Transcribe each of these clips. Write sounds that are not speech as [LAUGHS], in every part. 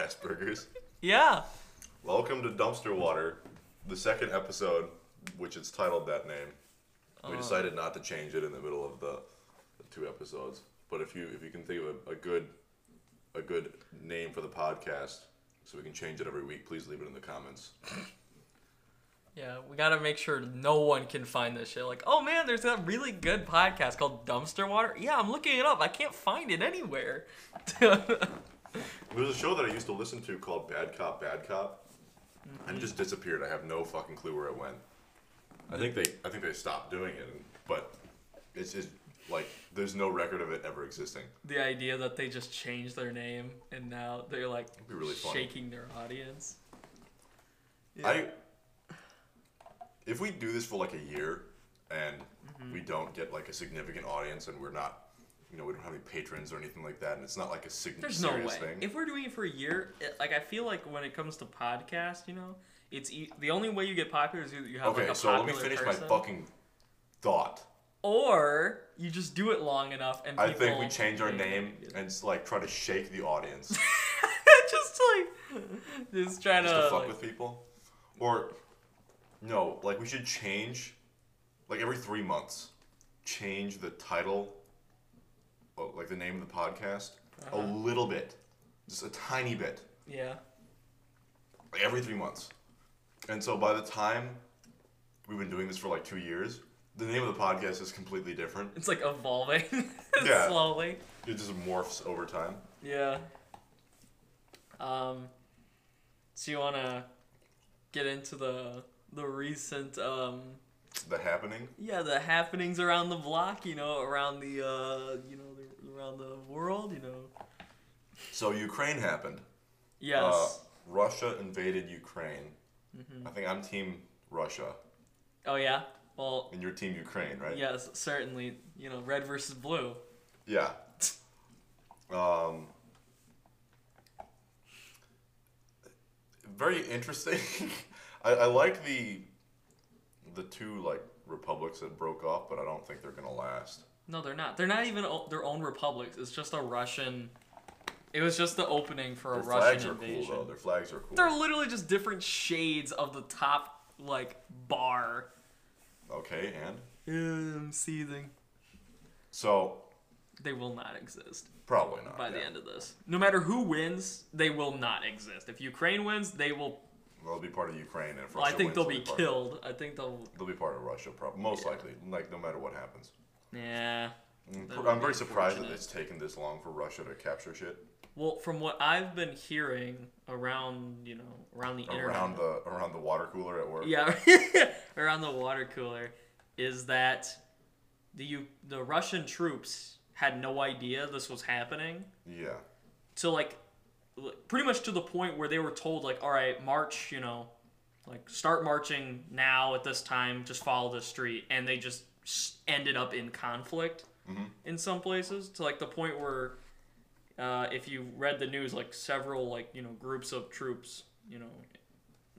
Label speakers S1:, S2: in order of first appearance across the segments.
S1: Uh,
S2: fuckers.
S1: Yeah.
S2: Welcome to Dumpster Water, the second episode, which it's titled that name. We decided not to change it in the middle of the, the two episodes. But if you if you can think of a, a good a good name for the podcast, so we can change it every week, please leave it in the comments.
S1: Yeah, we gotta make sure no one can find this shit. Like, oh man, there's that really good podcast called Dumpster Water. Yeah, I'm looking it up. I can't find it anywhere. [LAUGHS]
S2: There was a show that I used to listen to called Bad Cop, Bad Cop,
S1: Mm-hmm.
S2: and it just disappeared. I have no fucking clue where it went. I think they, I think they stopped doing it, but it's just like there's no record of it ever existing.
S1: the idea that they just changed their name and now they're like
S2: be really funny.
S1: shaking their audience.
S2: I, if we do this for like a year and
S1: Mm-hmm.
S2: we don't get like a significant audience and we're not, you know, we don't have any patrons or anything like that, and it's not like a sig-
S1: There's no way.
S2: serious thing.
S1: If we're doing it for a year, it, like I feel like when it comes to podcasts, you know, it's e- the only way you get popular is either you have
S2: okay,
S1: like a
S2: so let
S1: popular
S2: me finish
S1: person,
S2: my fucking thought.
S1: or you just do it long enough and
S2: I
S1: people
S2: think we change our
S1: [LAUGHS] Yeah.
S2: name and s- like try to shake the audience.
S1: just like just trying
S2: just
S1: to,
S2: to fuck
S1: like-
S2: with people, or no, like we should change, like every three months, change the title, or, like the name of the podcast a
S1: Uh-huh.
S2: little bit, just a tiny bit,
S1: yeah.
S2: like every three months, and so by the time we've been doing this for like two years, the name of the podcast is completely different.
S1: It's like evolving [LAUGHS]
S2: Yeah.
S1: slowly.
S2: It just morphs over time.
S1: Yeah. Um so you wanna get into the the recent um
S2: The happening.
S1: yeah, the happenings around the block, you know, around the uh you know, the, around the world, you know.
S2: So Ukraine happened.
S1: Yes. Mm-hmm.
S2: Uh, Russia invaded Ukraine. I think I'm team Russia.
S1: oh yeah. Well,
S2: And your team Ukraine, right?
S1: yes, certainly, you know, red versus blue.
S2: Yeah. Um, very interesting. [LAUGHS] I, I like the the two like republics that broke off, but I don't think they're gonna last.
S1: No, they're not. They're not even o- their own republics. It's just a Russian It was just the opening for a
S2: Their flags
S1: Russian
S2: are
S1: invasion.
S2: cool though. Their flags are cool.
S1: They're literally just different shades of the top like bar.
S2: okay, and
S1: I'm seething.
S2: so
S1: They will not exist
S2: probably not.
S1: by the
S2: Oh, yeah.
S1: end of this. No matter who wins, they will not exist. If Ukraine wins, they will.
S2: they'll be part of Ukraine, and if
S1: Well, I
S2: Russia
S1: think
S2: wins,
S1: they'll be
S2: part-
S1: killed. I think they'll.
S2: They'll be part of Russia, probably most likely. Like no matter what happens.
S1: Yeah.
S2: I'm
S1: That
S2: pr-
S1: would
S2: I'm
S1: be
S2: very surprised that
S1: unfortunate.
S2: it's taken this long for Russia to capture shit
S1: Well, from what I've been hearing around, you know, around the internet.
S2: around the around the water cooler at work.
S1: yeah, [LAUGHS] around the water cooler, is that the U- the Russian troops had no idea this was happening.
S2: Yeah.
S1: to like l- pretty much to the point where they were told like all right march you know like start marching now at this time just follow the street and they just s- ended up in conflict in some places to like the point where uh, if you read the news like several like you know groups of troops you know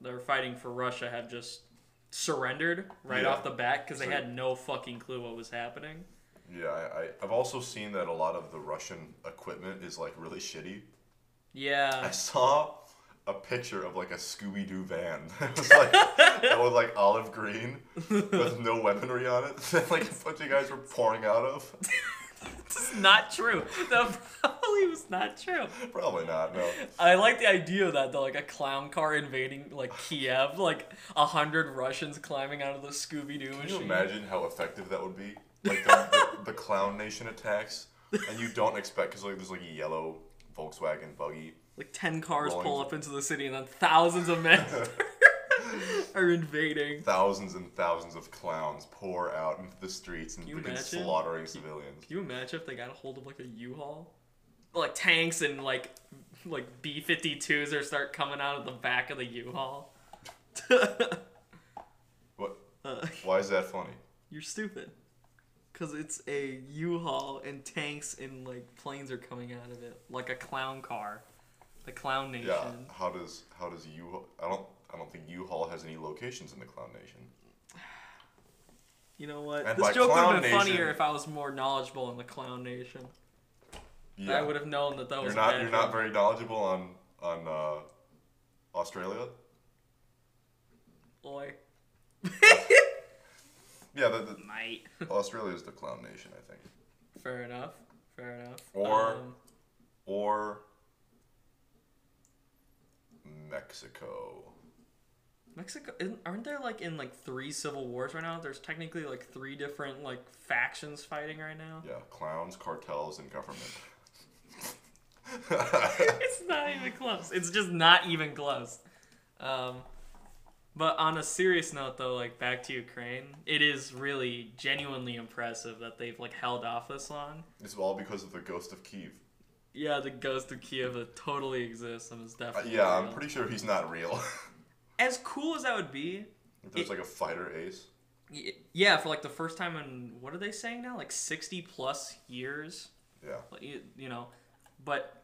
S1: that are fighting for russia have just surrendered right
S2: Yeah.
S1: off the bat because they
S2: So-
S1: had no fucking clue what was happening
S2: Yeah, I, I, I've also seen that a lot of the Russian equipment is like really shitty. I
S1: yeah [LAUGHS]
S2: saw a picture of like a Scooby Doo van [LAUGHS] that was like that was like olive green with no weaponry on it [LAUGHS] that like a bunch of guys were pouring out of. [LAUGHS]
S1: it's not true [LAUGHS] that probably was not true
S2: Probably not. No,
S1: I like the idea of that though, like a clown car invading like Kiev, like a hundred Russians climbing out of the Scooby Doo
S2: can you
S1: machine.
S2: imagine how effective that would be? Like the, the, the clown nation attacks, and you don't expect because like there's like a yellow Volkswagen buggy.
S1: Like ten cars
S2: Rolling.
S1: pull up into the city, and then thousands
S2: [LAUGHS]
S1: of men [LAUGHS] are invading.
S2: Thousands and thousands of clowns pour out into the streets and
S1: you
S2: begin
S1: imagine?
S2: slaughtering civilians.
S1: Can you imagine if they got a hold of like a U-Haul, like tanks and like like B-52s or start coming out of the back of the U-Haul? [LAUGHS]
S2: What?
S1: Uh, [LAUGHS]
S2: Why is that funny?
S1: You're stupid. Cause it's a U-Haul and tanks and like planes are coming out of it like a clown car, the clown nation.
S2: Yeah. How does how does U I don't I don't think U-Haul has any locations in the Clown Nation.
S1: You know what?
S2: And by
S1: this joke would
S2: clown
S1: have been funnier
S2: nation-
S1: if I was more knowledgeable in the clown nation.
S2: Yeah.
S1: I would have known that that
S2: you're
S1: was. a
S2: not
S1: bad
S2: you're not
S1: joke.
S2: very knowledgeable on on uh, Australia.
S1: Oi.
S2: [LAUGHS] Yeah, the, the,
S1: Might.
S2: Australia is the clown nation, I think.
S1: Fair enough. Fair enough.
S2: Or-
S1: Um,
S2: Or Mexico.
S1: Mexico isn't, aren't there like in like three civil wars right now? There's technically like three different like factions fighting right now.
S2: Yeah, clowns, cartels, and
S1: [LAUGHS]
S2: government. [LAUGHS]
S1: it's not even close. It's just not even close. Um, but on a serious note, though, like back to Ukraine, it is really genuinely impressive that they've like held off this long.
S2: it's all because of the ghost of Kiev.
S1: Yeah, the ghost of Kiev that totally exists and is
S2: Uh,
S1: definitely.
S2: yeah, I'm
S1: real.
S2: pretty sure he's not real. [LAUGHS]
S1: As cool as that would be,
S2: If There's
S1: It-
S2: like a fighter ace.
S1: y- yeah, for like the first time in what are they saying now? Like sixty plus years,
S2: Yeah.
S1: Like, you, you know. But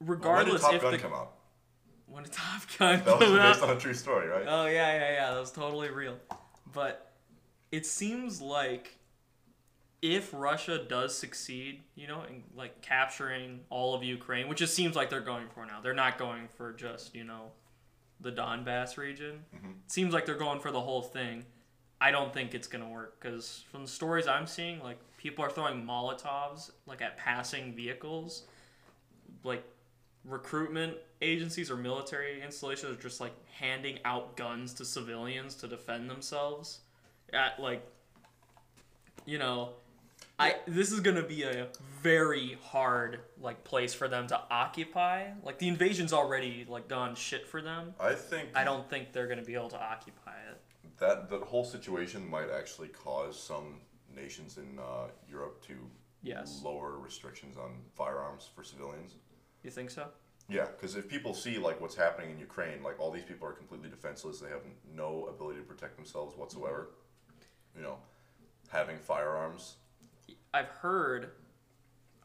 S2: Well, when did
S1: regardless,
S2: Top
S1: if
S2: Gun
S1: the
S2: come out?
S1: [LAUGHS] when did Top Gun
S2: That
S1: [LAUGHS]
S2: was
S1: come out?
S2: based on a true story, right?
S1: Oh yeah, yeah, yeah. That was totally real. But it seems like if Russia does succeed, you know, in like capturing all of Ukraine, which it seems like they're going for now. They're not going for just, you know, the Donbass region. It seems like they're going for the whole thing. I don't think it's going to work cuz from the stories I'm seeing, like people are throwing Molotovs like at passing vehicles. Like recruitment agencies or military installations are just like handing out guns to civilians to defend themselves at like you know i this is going to be a very hard like place for them to occupy like the invasion's already like done shit for them
S2: I think
S1: i don't think they're going to be able to occupy it
S2: that the whole situation might actually cause some nations in uh, Europe to
S1: Yes.
S2: lower restrictions on firearms for civilians.
S1: you think so
S2: Yeah, because if people see like what's happening in Ukraine, like all these people are completely defenseless. They have no ability to protect themselves whatsoever. You know, having firearms.
S1: I've heard,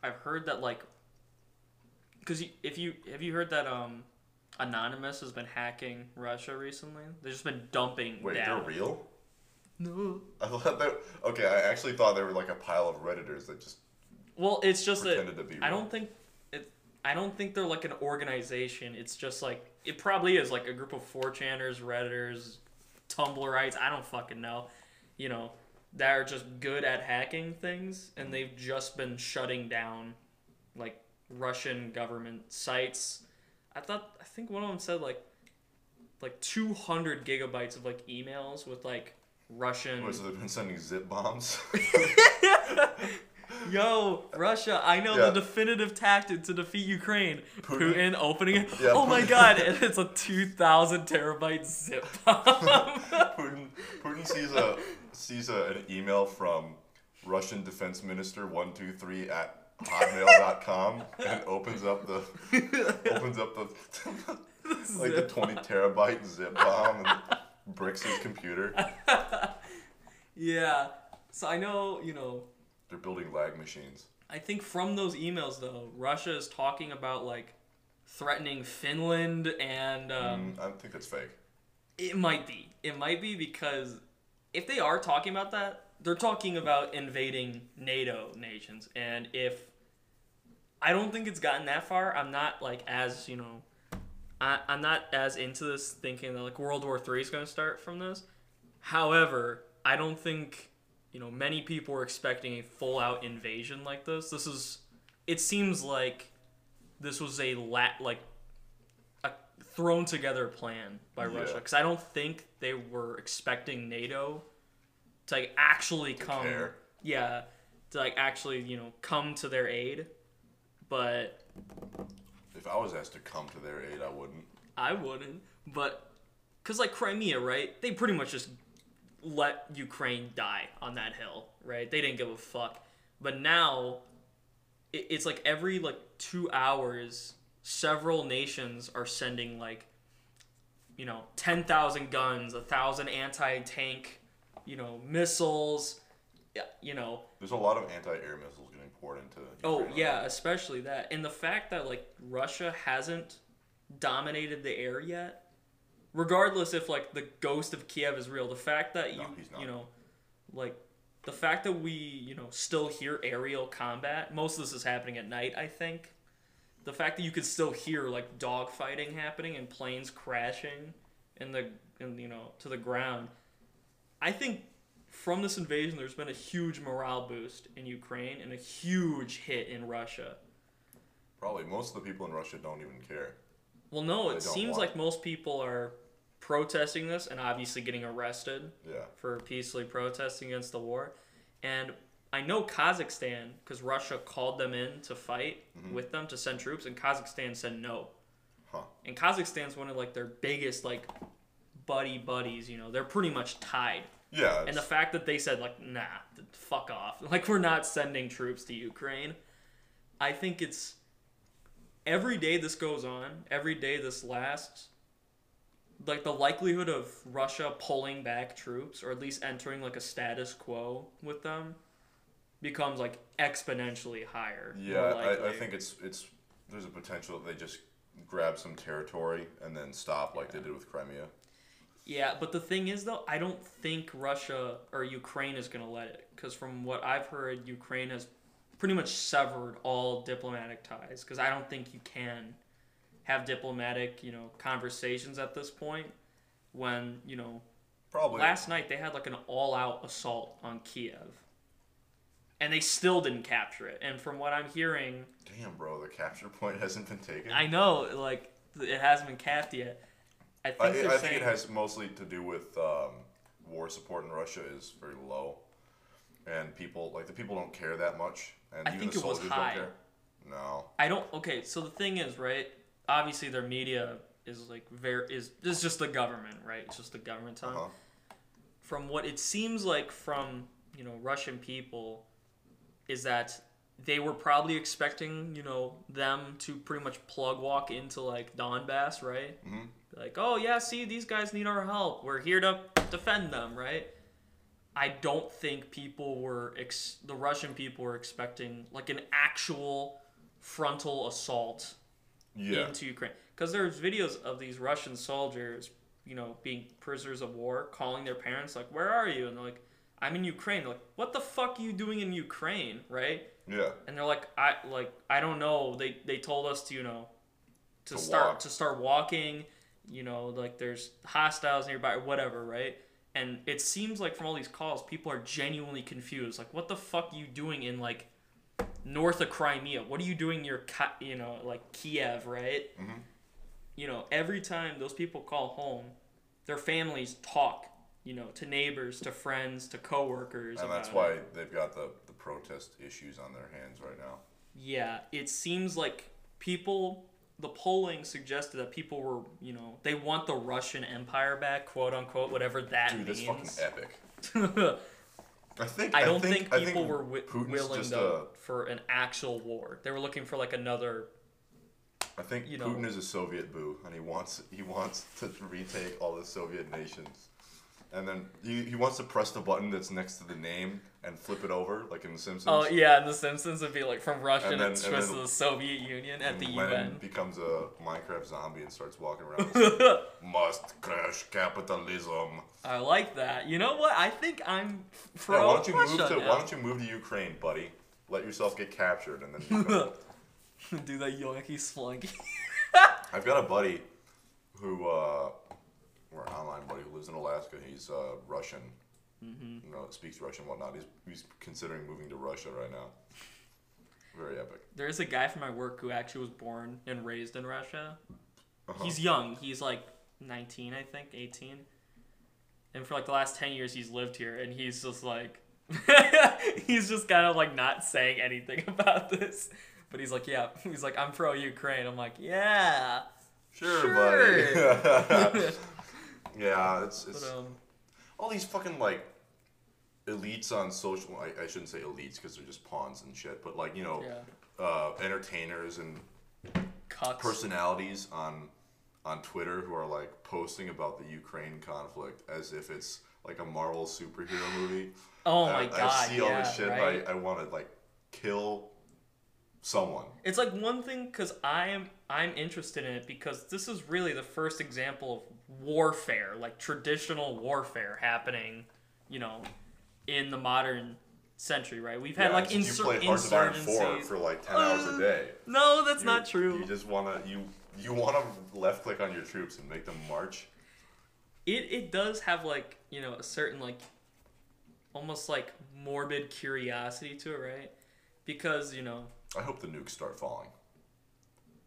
S1: I've heard that like, because if you have you heard that um, Anonymous has been hacking Russia recently. They've just been dumping.
S2: Wait,
S1: data.
S2: they're real?
S1: No.
S2: [LAUGHS] I thought that. Okay, I actually thought they were like a pile of redditors that just.
S1: Well, it's just that
S2: Pretended to be
S1: I
S2: real.
S1: don't think it. I don't think they're like an organization. It's just like it probably is like a group of 4chaners, redditors, Tumblrites. I don't fucking know. You know, that are just good at hacking things, and they've just been shutting down like Russian government sites. I thought I think one of them said like like 200 gigabytes of like emails with like Russian.
S2: Wait, so they've been sending zip
S1: [LAUGHS]
S2: bombs. [LAUGHS]
S1: Yo, Russia, I know
S2: Yeah.
S1: the definitive tactic to defeat Ukraine. Putin,
S2: Putin.
S1: opening it.
S2: Yeah,
S1: oh my
S2: Putin. [LAUGHS]
S1: god, and it's a 2,000 terabyte zip
S2: [LAUGHS]
S1: bomb.
S2: Putin, Putin sees a sees a, an email from Russian Defense Minister one two three at hotmail.com and opens up the opens up
S1: [LAUGHS]
S2: the like the
S1: Zip.
S2: twenty terabyte zip bomb and bricks his computer.
S1: yeah. So I know, you know,
S2: They're building lag machines.
S1: I think from those emails, though, Russia is talking about, like, threatening Finland and. Um,
S2: Mm, I think that's fake.
S1: It might be. It might be because if they are talking about that, they're talking about invading NATO nations. And if I don't think it's gotten that far, I'm not like as you know, I, I'm not as into this thinking that like World War Three is going to start from this. However, I don't think you know many people were expecting a full out invasion like this. This is. It seems like this was a lat like a thrown together plan by
S2: Yeah.
S1: Russia because I don't think they were expecting NATO to like actually come.
S2: care.
S1: Yeah, to like actually you know come to their aid, but
S2: If I was asked to come to their aid, I wouldn't.
S1: I wouldn't. But because like Crimea, right? They pretty much just let Ukraine die on that hill, right? They didn't give a fuck. But now it, it's like every like two hours, several nations are sending like you know ten thousand guns, a thousand anti-tank, you know missiles, yeah, you know
S2: There's a lot of anti-air missiles getting poured into.
S1: Oh
S2: Ukraine right
S1: yeah, especially that, and the fact that like Russia hasn't dominated the air yet, regardless if like the ghost of Kiev is real. The fact that you
S2: No, he's not.
S1: you know, like the fact that we you know still hear aerial combat. Most of this is happening at night, I think. the fact that you could still hear like dog fighting happening and planes crashing in the in, you know to the ground i think from this invasion there's been a huge morale boost in ukraine and a huge hit in russia
S2: Probably most of the people in Russia don't even care.
S1: well no
S2: They
S1: it
S2: don't
S1: seems
S2: want
S1: like
S2: it.
S1: most people are protesting this and obviously getting arrested
S2: Yeah.
S1: for peacefully protesting against the war. And I know Kazakhstan, because Russia called them in to fight
S2: Mm-hmm.
S1: with them to send troops, and Kazakhstan said no.
S2: Huh.
S1: And Kazakhstan's one of like their biggest like buddy buddies. You know, they're pretty much tied.
S2: Yeah.
S1: And the
S2: it's-
S1: fact that they said like nah, th- fuck off, [LAUGHS] like we're not sending troops to Ukraine. I think it's every day this goes on, every day this lasts, like the likelihood of Russia pulling back troops or at least entering like a status quo with them becomes like exponentially higher. more
S2: yeah, I, I
S1: likely.
S2: think it's it's there's a potential that they just grab some territory and then stop like they did with Crimea.
S1: Yeah, but the thing is though, I don't think Russia or Ukraine is going to let it cuz from what I've heard Ukraine has pretty much severed all diplomatic ties cuz I don't think you can have diplomatic, you know, conversations at this point when, you know,
S2: Probably.
S1: last night they had like an all-out assault on Kiev. And they still didn't capture it. And from what I'm hearing,
S2: Damn, bro, the capture point [LAUGHS] hasn't been taken.
S1: I know like it hasn't been capped yet. I think
S2: I,
S1: they're
S2: I
S1: saying
S2: think it has mostly to do with um, war support in Russia is very low, and people like the people don't care that much, and
S1: I
S2: even
S1: think
S2: the
S1: it was
S2: soldiers
S1: high.
S2: don't care. No,
S1: I don't. Okay, so the thing is, right? Obviously, their media is like very is it's just the government, right? It's just the government time.
S2: Uh-huh.
S1: From what it seems like from you know Russian people, is that they were probably expecting you know them to pretty much plug walk into like Donbass, right?
S2: Mhm.
S1: Like, oh yeah, see these guys need our help. We're here to defend them, right? I don't think people were ex- the Russian people were expecting like an actual frontal assault
S2: yeah,
S1: into Ukraine because there's videos of these Russian soldiers, you know, being prisoners of war, calling their parents like, "Where are you?" and they're like, "I'm in Ukraine." They're like, "What the fuck are you doing in Ukraine?" Right?
S2: yeah,
S1: And they're like, "I like I don't know." They they told us to you know to,
S2: To
S1: start
S2: walk.
S1: to start walking. You know, like there's hostiles nearby, or whatever, right? And it seems like from all these calls, people are genuinely confused. Like, what the fuck are you doing in like north of Crimea? What are you doing near, Ki- you know, like Kiev, right?
S2: Mhm.
S1: You know, every time those people call home, their families talk, you know, to neighbors, to friends, to coworkers.
S2: and that's
S1: about it.
S2: why they've got the the protest issues on their hands right now.
S1: Yeah, it seems like people. The polling suggested that people were, you know, they want the Russian Empire back, quote unquote, whatever that
S2: Dude, that's fucking
S1: means.
S2: epic.
S1: [LAUGHS]
S2: I think
S1: I don't think,
S2: I
S1: people were wi-
S2: Putin's
S1: willing
S2: just
S1: though for an actual war. They were looking for like another.
S2: A, I think
S1: you know-
S2: Putin is a Soviet boo, and he wants he wants to retake all the Soviet nations. And then he, he wants to press the button that's next to the name and flip it over, like in The Simpsons.
S1: Oh yeah, and the Simpsons would be like from Russia
S2: And
S1: and,
S2: then-
S1: it's
S2: and
S1: twisted
S2: then-
S1: to the Soviet Union at the
S2: And Lenin
S1: UN.
S2: becomes a Minecraft zombie and starts walking
S1: [LAUGHS]
S2: around. and says, Must crash capitalism.
S1: I like that. You know what? I think I'm pro
S2: Yeah, why don't you
S1: Russia
S2: move to
S1: now.
S2: Why don't you move to Ukraine, buddy? Let yourself get captured and then.
S1: [LAUGHS]
S2: become-
S1: Do that Yankee Splunky.
S2: I've got a buddy who, uh, or an online buddy who lives in Alaska. He's uh, Russian.
S1: Mm-hmm.
S2: You know, speaks Russian and whatnot. He's he's considering moving to Russia right now. Very epic.
S1: There is a guy from my work who actually was born and raised in Russia.
S2: Uh-huh.
S1: He's young. He's like 19, I think, 18. And for like the last 10 years, he's lived here, and he's just like, [LAUGHS] he's just kind of like not saying anything [LAUGHS] about this. But he's like, yeah, [LAUGHS] he's like, I'm pro Ukraine. I'm like, yeah.
S2: Sure, buddy.
S1: [LAUGHS] Sure.
S2: yeah, it's
S1: But,
S2: it's.
S1: um,
S2: all these fucking like elites on social I, I shouldn't say elites because they're just pawns and shit but like you know
S1: yeah.
S2: uh, entertainers and
S1: Cucks.
S2: personalities on on twitter who are like posting about the ukraine conflict as if it's like a marvel superhero movie
S1: oh
S2: I-
S1: my
S2: I,
S1: god.
S2: see all this
S1: yeah,
S2: shit and
S1: right?
S2: i, I want to like kill someone
S1: It's like one thing because I am I'm interested in it because this is really the first example of warfare, like traditional warfare happening, you know, in the modern century, right? We've had like
S2: since
S1: insur-
S2: you play Hearts of Iron Four
S1: insurgencies.
S2: for like ten hours a day.
S1: No, that's
S2: You-
S1: not true.
S2: You just wanna you you wanna left click on your troops and make them march.
S1: it it does have like you know a certain like almost like morbid curiosity to it right because you know
S2: I hope the nukes start falling.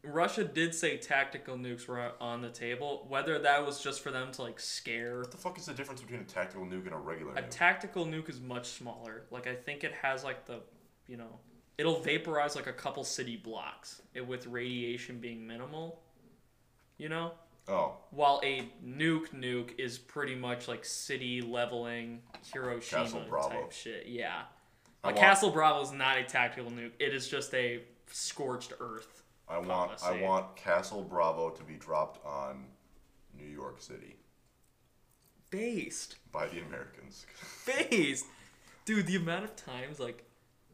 S1: russia did say tactical nukes were on- on the table whether that was just for them to like scare
S2: What the fuck is the difference between a tactical nuke and a regular
S1: a
S2: nuke?
S1: tactical nuke is much smaller like i think it has like the you know it'll vaporize like a couple city blocks eh, with radiation being minimal you know
S2: oh,
S1: while a nuke nuke is pretty much like city leveling Hiroshima
S2: Castle Bravo.
S1: type shit. Yeah.
S2: I
S1: Like
S2: want-
S1: Castle Bravo is not a tactical nuke. It is just a scorched earth.
S2: I want I
S1: policy.
S2: want Castle Bravo to be dropped on New York City
S1: Based.
S2: by the Americans. [LAUGHS]
S1: Based. Dude, the amount of times like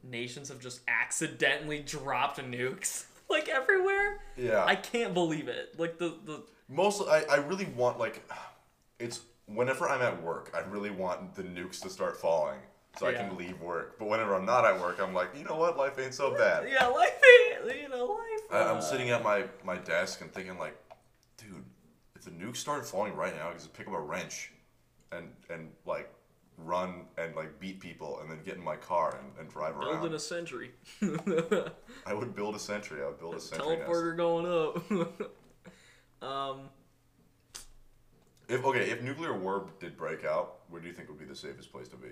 S1: nations have just accidentally dropped nukes [LAUGHS] like everywhere.
S2: yeah,
S1: I can't believe it. Like the the
S2: mostly I, I really want like it's whenever i'm at work i really want the nukes to start falling so i can
S1: Yeah.
S2: leave work but whenever i'm not at work i'm like you know what life ain't so bad
S1: yeah, life ain't- you know, life.
S2: I,
S1: uh,
S2: i'm sitting at my, my desk and thinking like dude if the nukes started falling right now i could just pick up a wrench and and like run and like beat people and then get in my car and, and drive around
S1: building a century.
S2: i would build a sentry i would build a sentry nest.
S1: teleporter going up. [LAUGHS] um,
S2: if okay if nuclear war did break out where do you think would be the safest place to be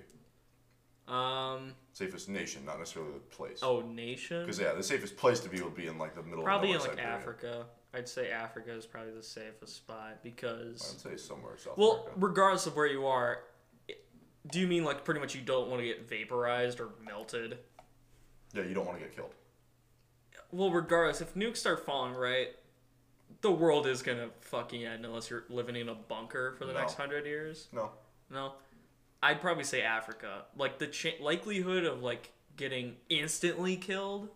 S1: um,
S2: safest nation not necessarily the place
S1: oh, nation.
S2: Because yeah, the safest place to be would be in like the middle.
S1: Probably in
S2: of
S1: like
S2: nowhere, Siberia.
S1: Africa. I'd say Africa is probably the safest spot because,
S2: I'd say somewhere South
S1: well,
S2: America.
S1: regardless of where you are, it- do you mean like pretty much you don't want to get vaporized or melted?
S2: Yeah, you don't want to get killed.
S1: Well, regardless, if nukes start falling, right, the world is gonna fucking end unless you're living in a bunker for the
S2: No.
S1: next hundred years.
S2: No,
S1: No, I'd probably say Africa. Like the cha- likelihood of like getting instantly killed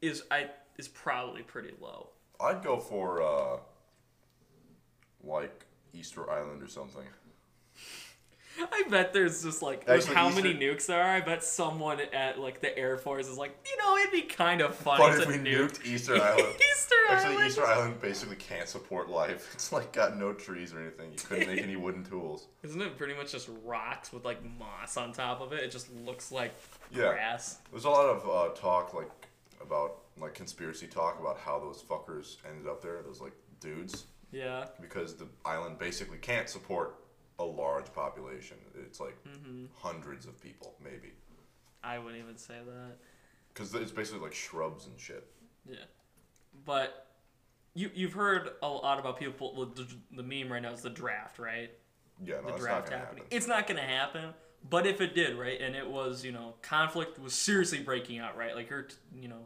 S1: is I is probably pretty low.
S2: I'd go for uh, like Easter Island or something.
S1: I bet there's just like with
S2: Actually,
S1: how
S2: Easter-
S1: many nukes there are. I bet someone at like the Air Force is like, you know, it'd be kind of funny
S2: But
S1: to
S2: if we
S1: Oh, nuke
S2: nuked
S1: [LAUGHS]
S2: Easter Island,
S1: Easter
S2: actually
S1: Island.
S2: Easter Island basically can't support life. [LAUGHS] It's like got no trees or anything. You couldn't
S1: [LAUGHS]
S2: make any wooden tools.
S1: Isn't it pretty much just rocks with like moss on top of it? It just looks like
S2: Yeah.
S1: grass.
S2: There's a lot of uh, talk like about like conspiracy talk about how those fuckers ended up there. Those like dudes.
S1: Yeah.
S2: because the island basically can't support a large population. It's like
S1: Mm-hmm.
S2: hundreds of people, maybe,
S1: I wouldn't even say that.
S2: because it's basically like shrubs and shit.
S1: Yeah, but you you've heard a lot about people. well, The, the meme right now is the draft, right?
S2: Yeah, no, that's
S1: The
S2: not
S1: draft
S2: gonna
S1: happening.
S2: happen.
S1: It's not gonna happen. But if it did, right, and it was you know conflict was seriously breaking out, right? Like her, you know,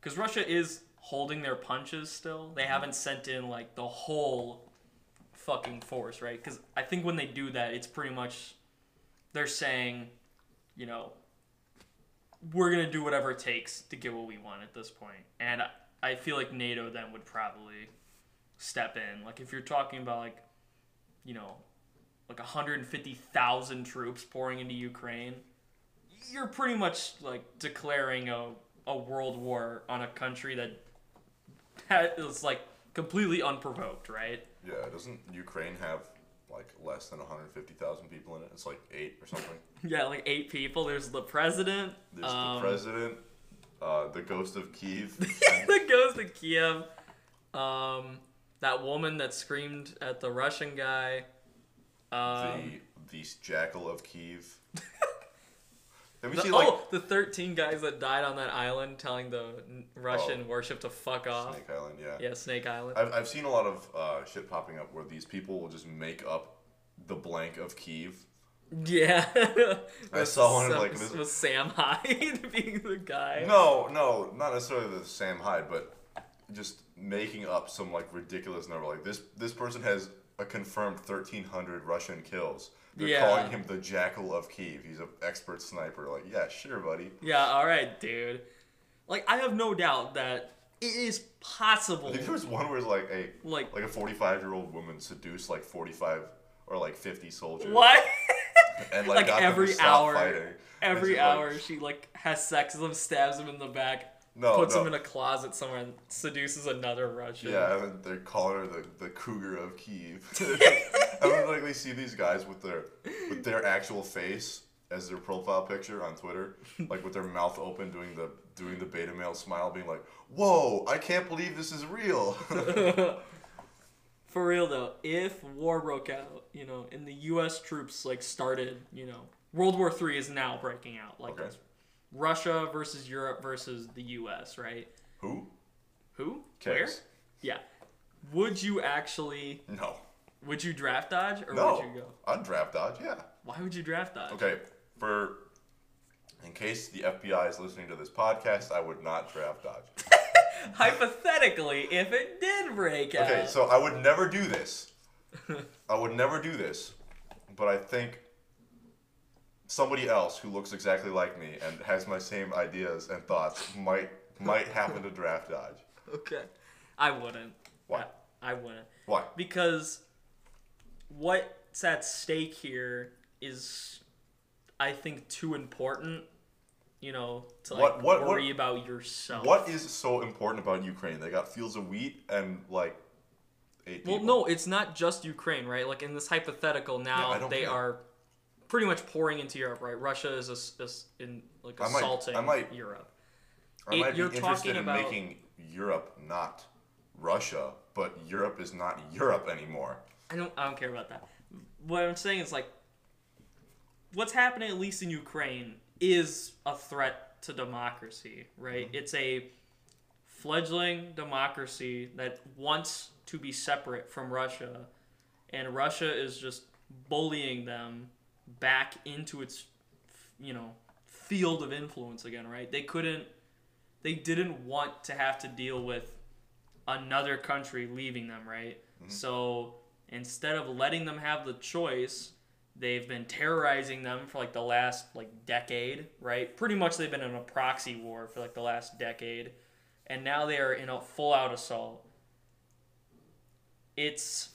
S1: because Russia is holding their punches still.
S2: Mm-hmm.
S1: They haven't sent in like the whole fucking force, right? Because I think when they do that, it's pretty much they're saying, you know, we're gonna do whatever it takes to get what we want at this point. And I- I feel like NATO then would probably step in. Like if you're talking about like, you know, like 150,000 troops pouring into Ukraine, you're pretty much like declaring a a world war on a country that that is like completely unprovoked, right?
S2: Yeah, doesn't Ukraine have like less than 150,000 people in it? It's like eight or something.
S1: Yeah, like eight people. There's the president.
S2: There's
S1: um,
S2: the president, uh, the ghost of Kiev.
S1: [LAUGHS] that goes to Kiev. Um, that woman that screamed at the Russian guy. Um,
S2: the the jackal of
S1: [LAUGHS]
S2: Kiev. Have you
S1: the-
S2: seen like
S1: oh, the 13 guys that died on that island telling the n- Russian worship to fuck off.
S2: Oh. Snake Island? Yeah.
S1: uh, Yeah, Snake Island.
S2: I've, I've seen a lot of uh, shit popping up where these people will just make up the blank of Kiev
S1: yeah.
S2: I
S1: With
S2: saw one,
S1: Sam,
S2: like, this-
S1: with Sam [LAUGHS] Hyde being the guy.
S2: No, no, not necessarily the Sam Hyde, but just making up some like ridiculous number. Like this, this person has a confirmed thirteen hundred Russian kills. They're
S1: Yeah.
S2: calling him the Jackal of Kiev. He's an expert sniper. Like, yeah, sure, buddy.
S1: Yeah, all right, dude. Like I have no doubt that it is
S2: I
S1: possible.
S2: think there was one where it's like a
S1: [LAUGHS] Like-
S2: [LAUGHS] like a forty five year old woman seduced like forty five or like fifty soldiers.
S1: [LAUGHS] What?
S2: and like,
S1: like
S2: got them to
S1: every
S2: stop
S1: hour,
S2: fighting. And she's
S1: every
S2: like,
S1: hour she like has sex with him, stabs him in the back,
S2: No,
S1: puts
S2: no.
S1: him in a closet somewhere, and seduces another Russian.
S2: Yeah, and they're calling her the, the cougar of Kiev. [LAUGHS] I
S1: [LAUGHS]
S2: would like we see these guys with their with their actual face as their profile picture on Twitter, like with their mouth open doing the doing the beta male smile, being like, "Whoa, I can't believe this is
S1: [LAUGHS]
S2: real." [LAUGHS]
S1: For real though, if war broke out, you know, and the U.S. troops like started, you know, World War Three is now breaking out. Like
S2: Okay.
S1: it's Russia versus Europe versus the U.S. Right?
S2: Who
S1: Who?
S2: cares?
S1: Where? Yeah. Would you actually?
S2: No,
S1: Would you draft dodge or
S2: no.
S1: would you go?
S2: I'd draft dodge. Yeah.
S1: Why would you draft dodge?
S2: Okay. For in case the FBI is listening to this podcast, I would not draft dodge.
S1: Hypothetically, if it did break out.
S2: Okay, so I would never do this. I would never do this, but I think somebody else who looks exactly like me and has my same ideas and thoughts might might happen to draft dodge.
S1: [LAUGHS] Okay. I wouldn't.
S2: Why?
S1: I, I wouldn't.
S2: Why?
S1: Because what's at stake here is, I think, too important, you know, to like
S2: What- what- what-
S1: worry about yourself.
S2: What is so important about Ukraine? They got fields of wheat and like eight
S1: Well,
S2: people.
S1: no, it's not just Ukraine, right? Like in this hypothetical now,
S2: I don't
S1: they
S2: care.
S1: are pretty much pouring into Europe, right? Russia is, as as in like
S2: I might-
S1: assaulting
S2: I might-
S1: Europe.
S2: I
S1: it-
S2: might be
S1: you're
S2: interested
S1: talking
S2: in
S1: about-
S2: making Europe not Russia, but Europe is not Europe anymore.
S1: I don't I don't care about that. What I'm saying is like what's happening at least in Ukraine is a threat to democracy, right? It's a fledgling democracy that wants to be separate from Russia and Russia is just bullying them back into its you know field of influence again, right? They couldn't they didn't want to have to deal with another country leaving them, right? So instead of letting them have the choice, they've been terrorizing them for like the last like decade, right? Pretty much they've been in a proxy war for like the last decade, and now they are in a full out assault. It's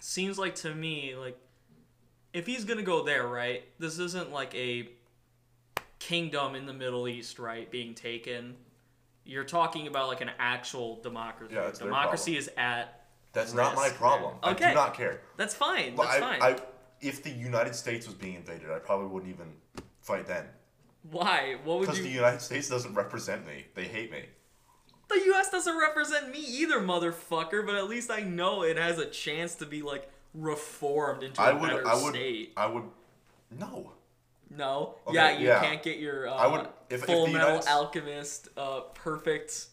S1: seems like to me like if he's gonna go there, right? This isn't like a kingdom in the Middle East, right, being taken. You're talking about like an actual democracy.
S2: Yeah, it's their
S1: democracy is at
S2: That's not my
S1: Risk.
S2: problem. I
S1: Okay.
S2: do not care.
S1: that's fine.
S2: Well,
S1: That's
S2: I,
S1: fine.
S2: I, if the United States was being invaded, I probably wouldn't even fight then.
S1: Why? What would
S2: Because
S1: you?
S2: the United States doesn't represent me. They hate me.
S1: the U.S. doesn't represent me either, motherfucker. But at least I know it has a chance to be like reformed into a
S2: I would.
S1: better
S2: I would.
S1: state.
S2: I would. No.
S1: No.
S2: Okay,
S1: yeah, you
S2: yeah.
S1: can't get your. Uh,
S2: I would- if- if
S1: Full
S2: the
S1: Metal
S2: United S-
S1: Alchemist, uh, perfect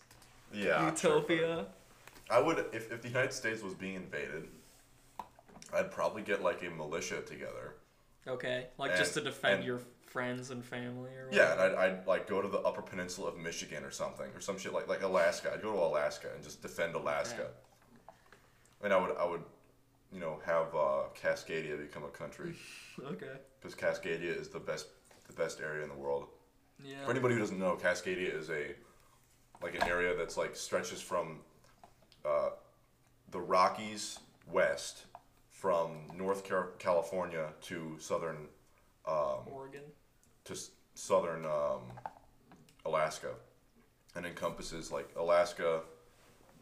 S2: Yeah. sure,
S1: utopia.
S2: whatever. I would. If, if the United States was being invaded, I'd probably get like a militia together.
S1: Okay, like
S2: And-
S1: just to defend
S2: and-
S1: your friends and family or
S2: Yeah,
S1: whatever.
S2: and I'd, I'd like go to the Upper Peninsula of Michigan or something, or some shit like like Alaska. I'd go to Alaska and just defend Alaska.
S1: Okay.
S2: And I would. I would. You know, have uh, Cascadia become a country
S1: Yeah. Okay.
S2: because Cascadia is the best. The best area in the world.
S1: Yeah.
S2: For anybody who doesn't know, Cascadia is a like an area that's like stretches from uh, the Rockies west, from North Car- California to southern
S1: Oregon.
S2: to s- southern um, Alaska, and encompasses like Alaska,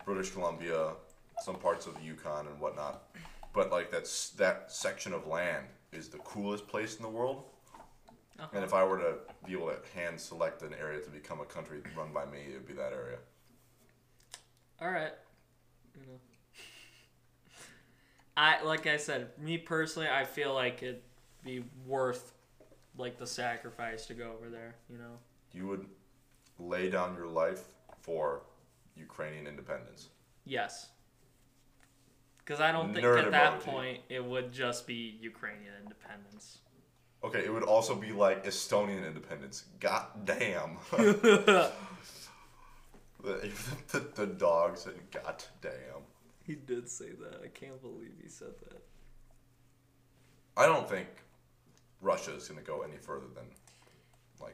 S2: British Columbia, some parts of the Yukon and whatnot. But like that's that section of land is the coolest place in the world.
S1: Uh-huh.
S2: And if I were to be able to hand select an area to become a country run by me, it would be that area.
S1: All right. You know. I like I said, me personally, I feel like it'd be worth like the sacrifice to go over there. You know.
S2: You would lay down your life for Ukrainian independence.
S1: Yes. Because I don't think
S2: Nerd
S1: at that
S2: emoji.
S1: point it would just be Ukrainian independence.
S2: Okay, it would also be like Estonian independence. God damn. [LAUGHS] the, the, [LAUGHS] the dog said, God damn.
S1: [LAUGHS] He did say that. I can't believe he said that.
S2: I don't think Russia is going to go any further than, like,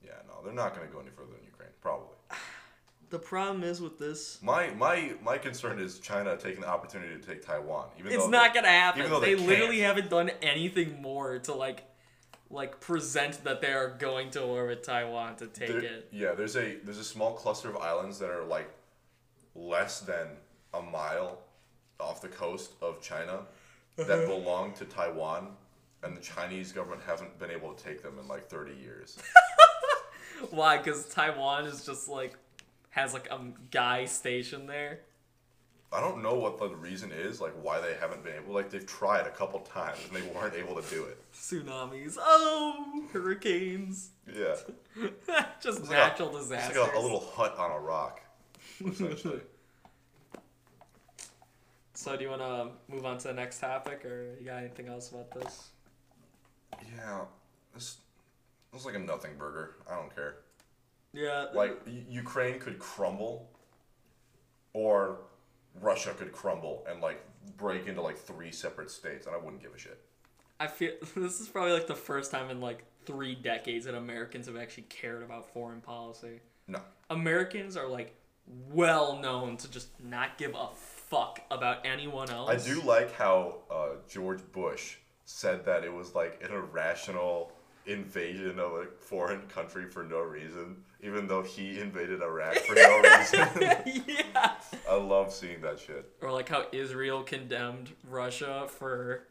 S2: yeah, no, they're not going to go any further than Ukraine, probably.
S1: The problem is with this,
S2: My my my concern is China taking the opportunity to take Taiwan. Even
S1: it's
S2: though
S1: not gonna happen.
S2: even though
S1: They,
S2: they can't.
S1: literally haven't done anything more to like, like present that they are going to war with Taiwan to take
S2: there-
S1: it.
S2: Yeah, there's a there's a small cluster of islands that are like less than a mile off the coast of China that belong to Taiwan, and the Chinese government haven't been able to take them in like 30 years.
S1: Why? Because Taiwan is just like has like a guy stationed there.
S2: I don't know what the reason is, like why they haven't been able. Like they've tried a couple times and they weren't able to do it.
S1: Tsunamis. Oh, hurricanes. [LAUGHS]
S2: Yeah,
S1: just
S2: It's like a-
S1: natural
S2: it's
S1: disasters.
S2: like a, a little hut on a rock, essentially.
S1: So do you want to move on to the next topic, or you got anything else about this?
S2: yeah, this this is like a nothing burger. I don't care.
S1: Yeah.
S2: like U- Ukraine could crumble, or Russia could crumble and like break into like three separate states, and I wouldn't give a shit.
S1: I feel [LAUGHS] this is probably like the first time in like three decades that Americans have actually cared about foreign policy.
S2: No,
S1: Americans are like well known to just not give a fuck about anyone else.
S2: I do like how uh, George Bush said that it was like an irrational invasion of a foreign country for no reason, even though he invaded Iraq for
S1: [LAUGHS]
S2: no reason.
S1: [LAUGHS]
S2: [LAUGHS]
S1: yeah.
S2: I love seeing that shit.
S1: Or like how Israel condemned Russia for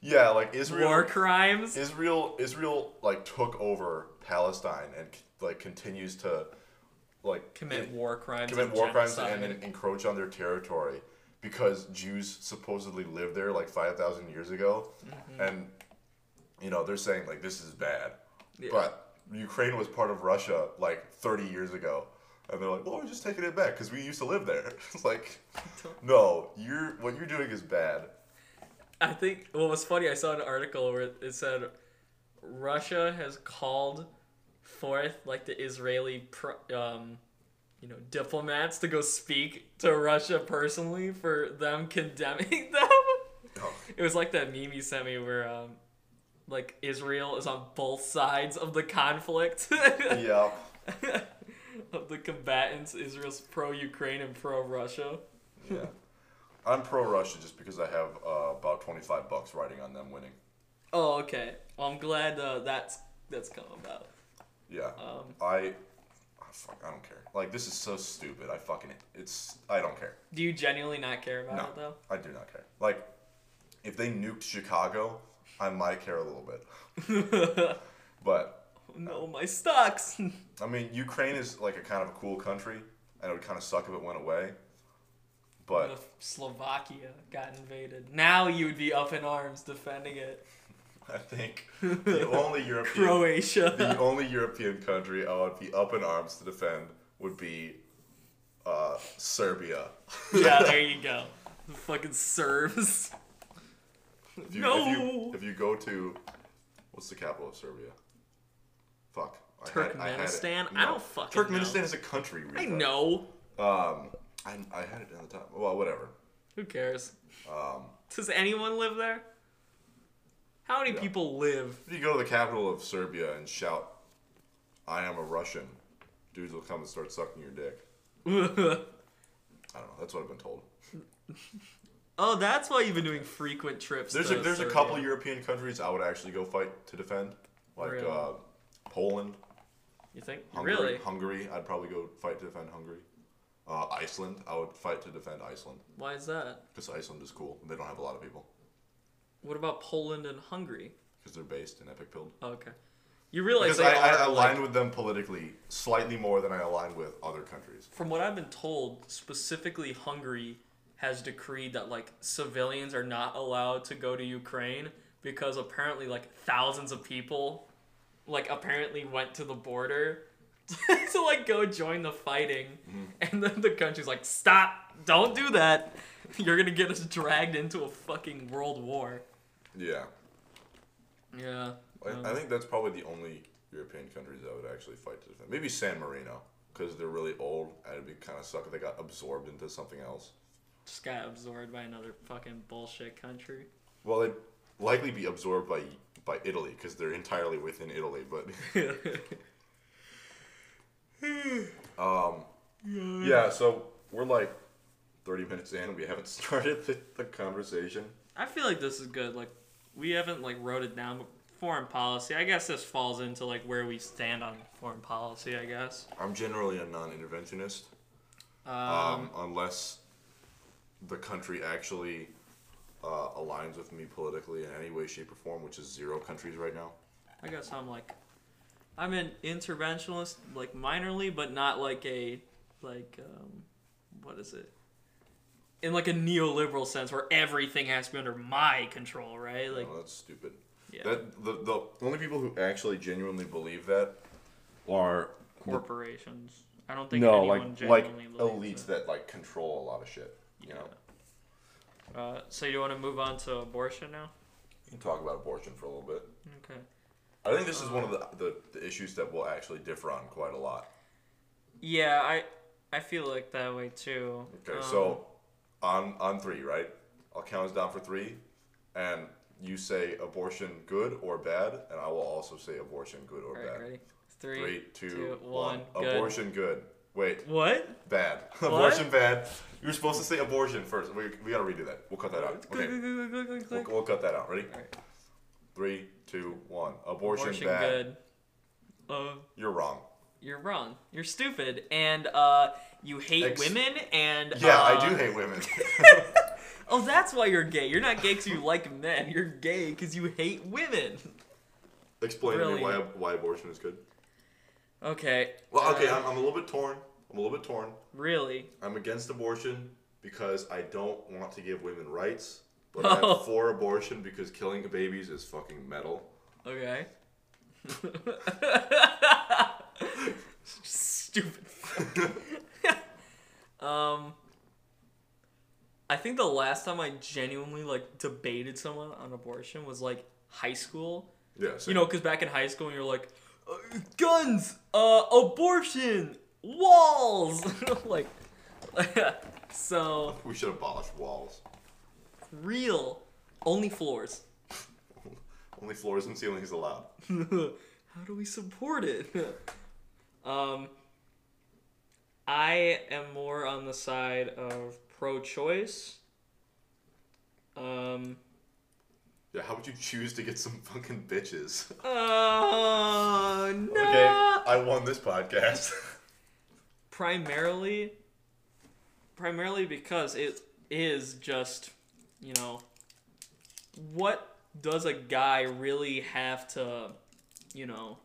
S2: Yeah, like Israel.
S1: war crimes.
S2: Israel Israel like took over Palestine and like continues to like
S1: commit
S2: in-
S1: war crimes.
S2: commit
S1: and
S2: war crimes
S1: genocide.
S2: and, en- encroach on their territory because Jews supposedly lived there like 5,000 years ago. And, you know, they're saying like this is bad.
S1: Yeah.
S2: But Ukraine was part of Russia like 30 years ago. And they're like, well, we're just taking it back because we used to live there. [LAUGHS] it's like, no, you're what you're doing is bad.
S1: I think what was funny, I saw an article where it said Russia has called forth like the Israeli, pr- um, you know, diplomats to go speak to Russia personally for them condemning [LAUGHS] them.
S2: Oh,
S1: It was like that meme you sent me where um, like Israel is on both sides of the conflict. [LAUGHS]
S2: yeah.
S1: of the combatants, Israel's pro-Ukraine and pro-Russia.
S2: Yeah. I'm pro Russia just because I have uh, about 25 bucks riding on them winning.
S1: Oh, okay. Well, I'm glad uh, that's that's come about.
S2: Yeah.
S1: Um,
S2: I, I fuck, I don't care. Like this is so stupid. I fucking it's I don't care.
S1: Do you genuinely not care about
S2: No,
S1: it though?
S2: I do not care. Like if they nuked Chicago, I might care a little bit. But
S1: no, my stocks. [LAUGHS]
S2: I mean, Ukraine is like a kind of a cool country, and it would kind of suck if it went away. But
S1: If Slovakia got invaded. Now you would be up in arms defending it.
S2: I think the only European [LAUGHS] the
S1: Croatia.
S2: only European country I would be up in arms to defend would be uh, Serbia.
S1: yeah, there you go. The fucking Serbs. [LAUGHS]
S2: If you,
S1: No.
S2: If you, if you go to, what's the capital of Serbia? Fuck. I had- I had it.
S1: Turkmenistan? I don't fucking
S2: Turkmenistan
S1: know.
S2: is a country.
S1: I
S2: Rita.
S1: know.
S2: Um, I, I had it down the top. Well, whatever.
S1: Who cares?
S2: Um,
S1: Does anyone live there? How many
S2: Yeah.
S1: people live? [LAUGHS]
S2: if you go to the capital of Serbia and shout, "I am a Russian," dudes will come and start sucking your dick.
S1: oh,
S2: I don't know. That's what I've been told.
S1: Oh, that's why you've been doing frequent trips.
S2: There's
S1: to
S2: a, there's
S1: Serbia.
S2: a couple European countries I would actually go fight to defend, like
S1: Really?
S2: uh, Poland,
S1: You think?
S2: Hungary.
S1: Really?
S2: Hungary. I'd probably go fight to defend Hungary. Uh, Iceland. I would fight to defend Iceland.
S1: Why is that?
S2: Because Iceland is cool. They don't have a lot of people
S1: What about Poland and Hungary?
S2: because they're based in Epic Build.
S1: Oh, okay. You realize
S2: Because
S1: they
S2: I,
S1: are,
S2: I align
S1: like,
S2: with them politically slightly more than I align with other countries.
S1: from what I've been told, specifically Hungary has decreed that like civilians are not allowed to go to Ukraine because apparently like thousands of people like apparently went to the border [LAUGHS] to like go join the fighting and then the country's like stop don't do that [LAUGHS] you're gonna get us dragged into a fucking world war
S2: Yeah,
S1: yeah Um,
S2: I, I think that's probably the only European countries I would actually fight to defend. Maybe San Marino because they're really old. and It'd be kind of suck if they got absorbed into something else.
S1: just got absorbed by another fucking bullshit country [LAUGHS]
S2: Well, they'd likely be absorbed by by Italy because they're entirely within Italy. But
S1: yeah
S2: um, Yeah, so we're like 30 minutes in. We haven't [LAUGHS] started the, the conversation.
S1: I feel like this is good. Like we haven't like wrote it down. But foreign policy. I guess this falls into like where we stand on foreign policy. I guess.
S2: I'm generally a non interventionist,
S1: Um,
S2: um, unless the country actually uh, aligns with me politically in any way, shape, or form, which is zero countries right now.
S1: I guess I'm like, I'm an interventionalist, like minorly, but not like a, like, um, what is it? In like a neoliberal sense, where everything has to be under my control, right? Like,
S2: No, that's stupid.
S1: yeah,
S2: That the, the only people who actually genuinely believe that are
S1: corporations. I don't think
S2: no
S1: anyone
S2: like like
S1: genuinely believes
S2: elites that like control a lot of shit. You know,
S1: that. Uh, so you want to move on to abortion now?
S2: you can talk about abortion for a little bit.
S1: Okay.
S2: I think this is one of
S1: Uh.
S2: the, the, the issues that we'll actually differ on quite a lot.
S1: Yeah, I, I feel like that way too.
S2: Okay,
S1: Um,
S2: so on on three, right? I'll count us down for three, and you say abortion good or bad, and I will also say abortion good or
S1: all right,
S2: bad.
S1: ready?
S2: Three,
S1: Three,
S2: two, one.
S1: two, one, good.
S2: Abortion good. Wait,
S1: What?
S2: bad. [LAUGHS] abortion bad. You were supposed to say abortion first. We, we gotta redo that. We'll cut that out.
S1: Click,
S2: Okay,
S1: click, click, click, click,
S2: we'll,
S1: click.
S2: we'll cut that out. Ready?
S1: Alright.
S2: Three, two, one. Abortion,
S1: Abortion
S2: bad.
S1: good. Uh,
S2: You're wrong.
S1: you're wrong. You're stupid, and uh, you hate
S2: Ex-
S1: women. And
S2: Yeah,
S1: uh,
S2: I do hate
S1: [LAUGHS]
S2: women.
S1: Oh, that's why you're gay. You're not gay because you like men. You're gay because you hate women.
S2: Explain to me why
S1: Brilliant.
S2: why abortion is good.
S1: Okay.
S2: Well, okay,
S1: uh,
S2: I'm, I'm a little bit torn. I'm a little bit torn.
S1: really.
S2: I'm against abortion because I don't want to give women rights, but I'm
S1: Oh. [LAUGHS]
S2: for abortion because killing babies is fucking metal.
S1: Okay. Stupid. um. I think the last time I genuinely like debated someone on abortion was like high school.
S2: yeah, so
S1: You know, because back in high school, you're like, uh, guns, uh, abortion, walls. [LAUGHS] like, so
S2: we should abolish walls.
S1: real, only floors.
S2: Only floors and ceilings allowed.
S1: [LAUGHS] How do we support it? [LAUGHS] um, I am more on the side of pro-choice. Um,
S2: Yeah, how would you choose to get some fucking bitches? [LAUGHS]
S1: oh no.
S2: Okay, I won this podcast. [LAUGHS]
S1: primarily primarily because it is just you know what does a guy really have to you know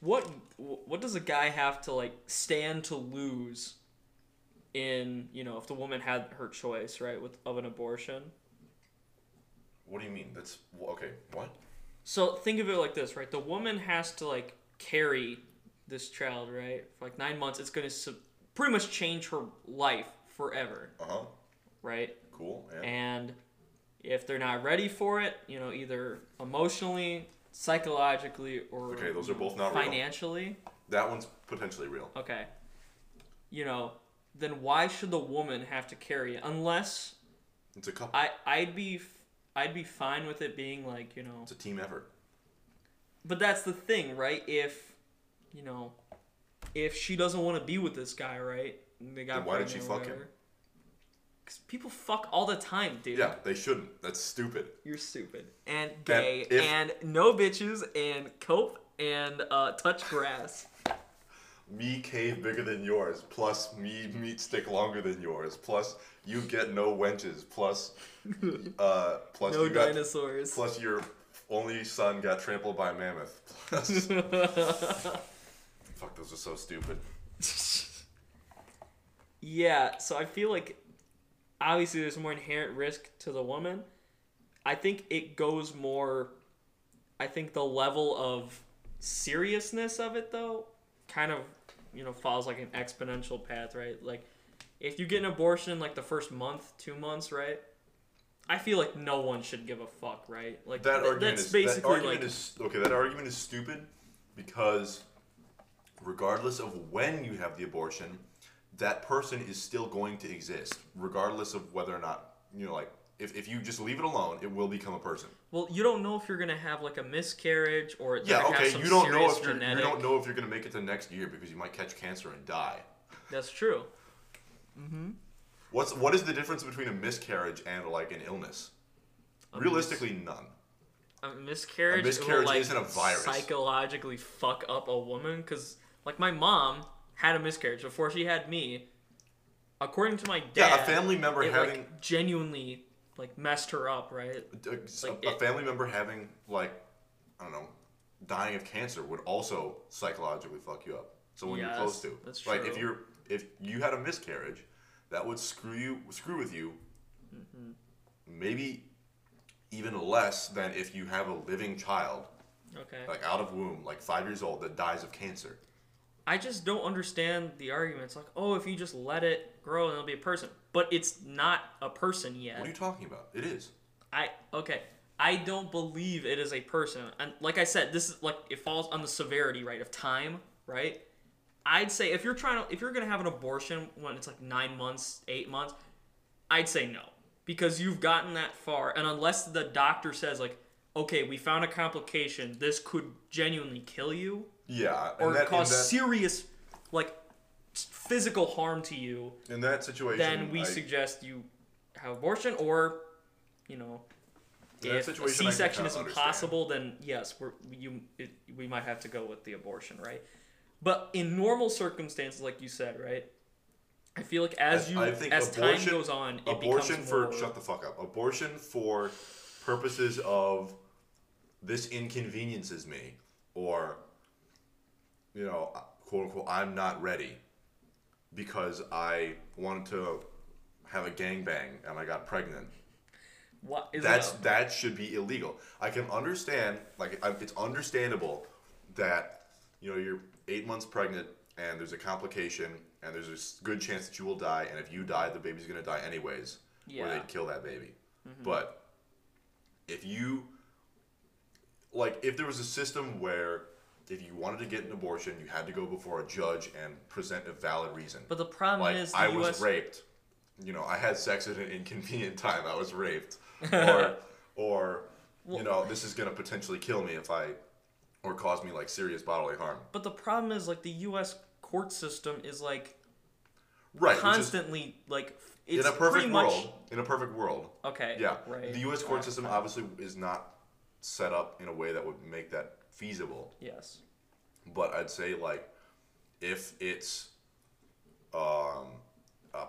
S1: what what does a guy have to like stand to lose in you know if the woman had her choice right with of an abortion
S2: what do you mean? That's okay. What?
S1: So think of it like this, right? The woman has to like carry this child, right? For like nine months, it's gonna su- pretty much change her life forever,
S2: Uh huh.
S1: right?
S2: Cool. And,
S1: And if they're not ready for it, you know, either emotionally, psychologically, or
S2: Okay, those are both not real.
S1: financially.
S2: that one's potentially real.
S1: Okay. You know, then why should the woman have to carry it? Unless
S2: It's a couple.
S1: I, I'd be, f- I'd be fine with it being like you know
S2: it's a team effort.
S1: But that's the thing, right? If you know, if she doesn't want to be with this guy, right? And They got
S2: Then why did
S1: pregnant
S2: she
S1: or
S2: fuck him?
S1: whatever. Cause people fuck all the time, dude.
S2: Yeah, they shouldn't. That's stupid.
S1: You're stupid and gay
S2: if-
S1: and no bitches and cope and uh, touch grass.
S2: me cave bigger than yours, plus me meat stick longer than yours, plus you get no wenches, plus uh, plus
S1: No
S2: you got,
S1: dinosaurs.
S2: plus your only son got trampled by a mammoth.
S1: [LAUGHS]
S2: Plus, fuck, those are so stupid.
S1: yeah, so I feel like obviously there's more inherent risk to the woman. I think it goes more I think the level of seriousness of it though kind of, you know, follows like an exponential path, right? Like if you get an abortion like the first month, 2 months, right? I feel like no one should give a fuck, right? Like
S2: That
S1: th-
S2: argument
S1: that's
S2: is
S1: basically
S2: that argument
S1: like
S2: is okay. That argument is stupid because regardless of when you have the abortion, that person is still going to exist, regardless of whether or not you know, like If, if you just leave it alone, it will become a person.
S1: Well, you don't know if you're gonna have like a miscarriage or it's
S2: Yeah,
S1: gonna have
S2: okay.
S1: some
S2: You don't know
S1: serious
S2: if you're, you
S1: genetic.
S2: don't know if you're gonna make it to next year because you might catch cancer and die.
S1: That's true.
S2: What's what is the difference between a miscarriage and like an illness? Realistically, none.
S1: A miscarriage,
S2: A miscarriage
S1: will, like,
S2: isn't a virus.
S1: Psychologically fuck up a woman because like my mom had a miscarriage before she had me. According to my dad,
S2: Yeah, a family member
S1: it,
S2: having
S1: like, genuinely like messed her up, right?
S2: a, a-
S1: like,
S2: a
S1: it-
S2: family member having like I don't know, dying of cancer would also psychologically fuck you up. So when you're
S1: Yes,
S2: close to,
S1: that's
S2: like if
S1: true.
S2: you're if you had a miscarriage, that would screw you screw with you.
S1: Mm-hmm.
S2: Maybe even less than if you have a living child
S1: Okay.
S2: like out of womb, like five years old, that dies of cancer.
S1: I just don't understand the arguments like, oh, if you just let it grow, then it'll be a person. But it's not a person yet.
S2: What are you talking about? It is.
S1: I okay. I don't believe it is a person. And like I said, this is like it falls on the severity, right, of time, right? I'd say if you're trying to if you're gonna have an abortion when it's like nine months, eight months, I'd say no. Because you've gotten that far, and unless the doctor says like, okay, we found a complication, this could genuinely kill you
S2: Yeah,
S1: or
S2: and that,
S1: cause
S2: in, that,
S1: serious like s- physical harm to you,
S2: in that situation,
S1: then we
S2: I-
S1: suggest you have abortion or you know
S2: In that
S1: if a
S2: situation, I can
S1: C-section is
S2: kinda
S1: impossible, then yes, we're, you it, we might have to go with the abortion, right? But in normal circumstances, like you said, right? I feel like as
S2: I-
S1: you
S2: I think
S1: as
S2: abortion-
S1: time goes on, it
S2: abortion
S1: becomes
S2: for
S1: more,
S2: shut the fuck up. Abortion for purposes of this inconveniences me, or you know, uh, quote unquote, I'm not ready because I wanted to have a gangbang and I got pregnant.
S1: what is
S2: That's
S1: that?
S2: that should be illegal. I can understand, like I- it's understandable that you know you're eight months pregnant and there's a complication and there's a s- good chance that you will die, and if you die, the baby's gonna die anyways, or
S1: Yeah. Mm-hmm.
S2: they'd kill that baby. But if you like, if there was a system where if you wanted to get an abortion, you had to go before a judge and present a valid reason.
S1: But the problem
S2: like
S1: is, the
S2: I
S1: US,
S2: was raped. You know, I had sex at an inconvenient [LAUGHS] time. I was raped,
S1: [LAUGHS]
S2: or or you know, this is gonna potentially kill me if I or cause me like serious bodily harm.
S1: But the problem is, like the U.S. court system is like
S2: Right. which is-
S1: constantly like f- it's
S2: in a perfect
S1: pretty much
S2: world. In a perfect world.
S1: okay
S2: Yeah.
S1: right
S2: The U.S. court
S1: right,
S2: system
S1: right.
S2: obviously is not set up in a way that would make that feasible.
S1: yes
S2: but I'd say like if it's um a,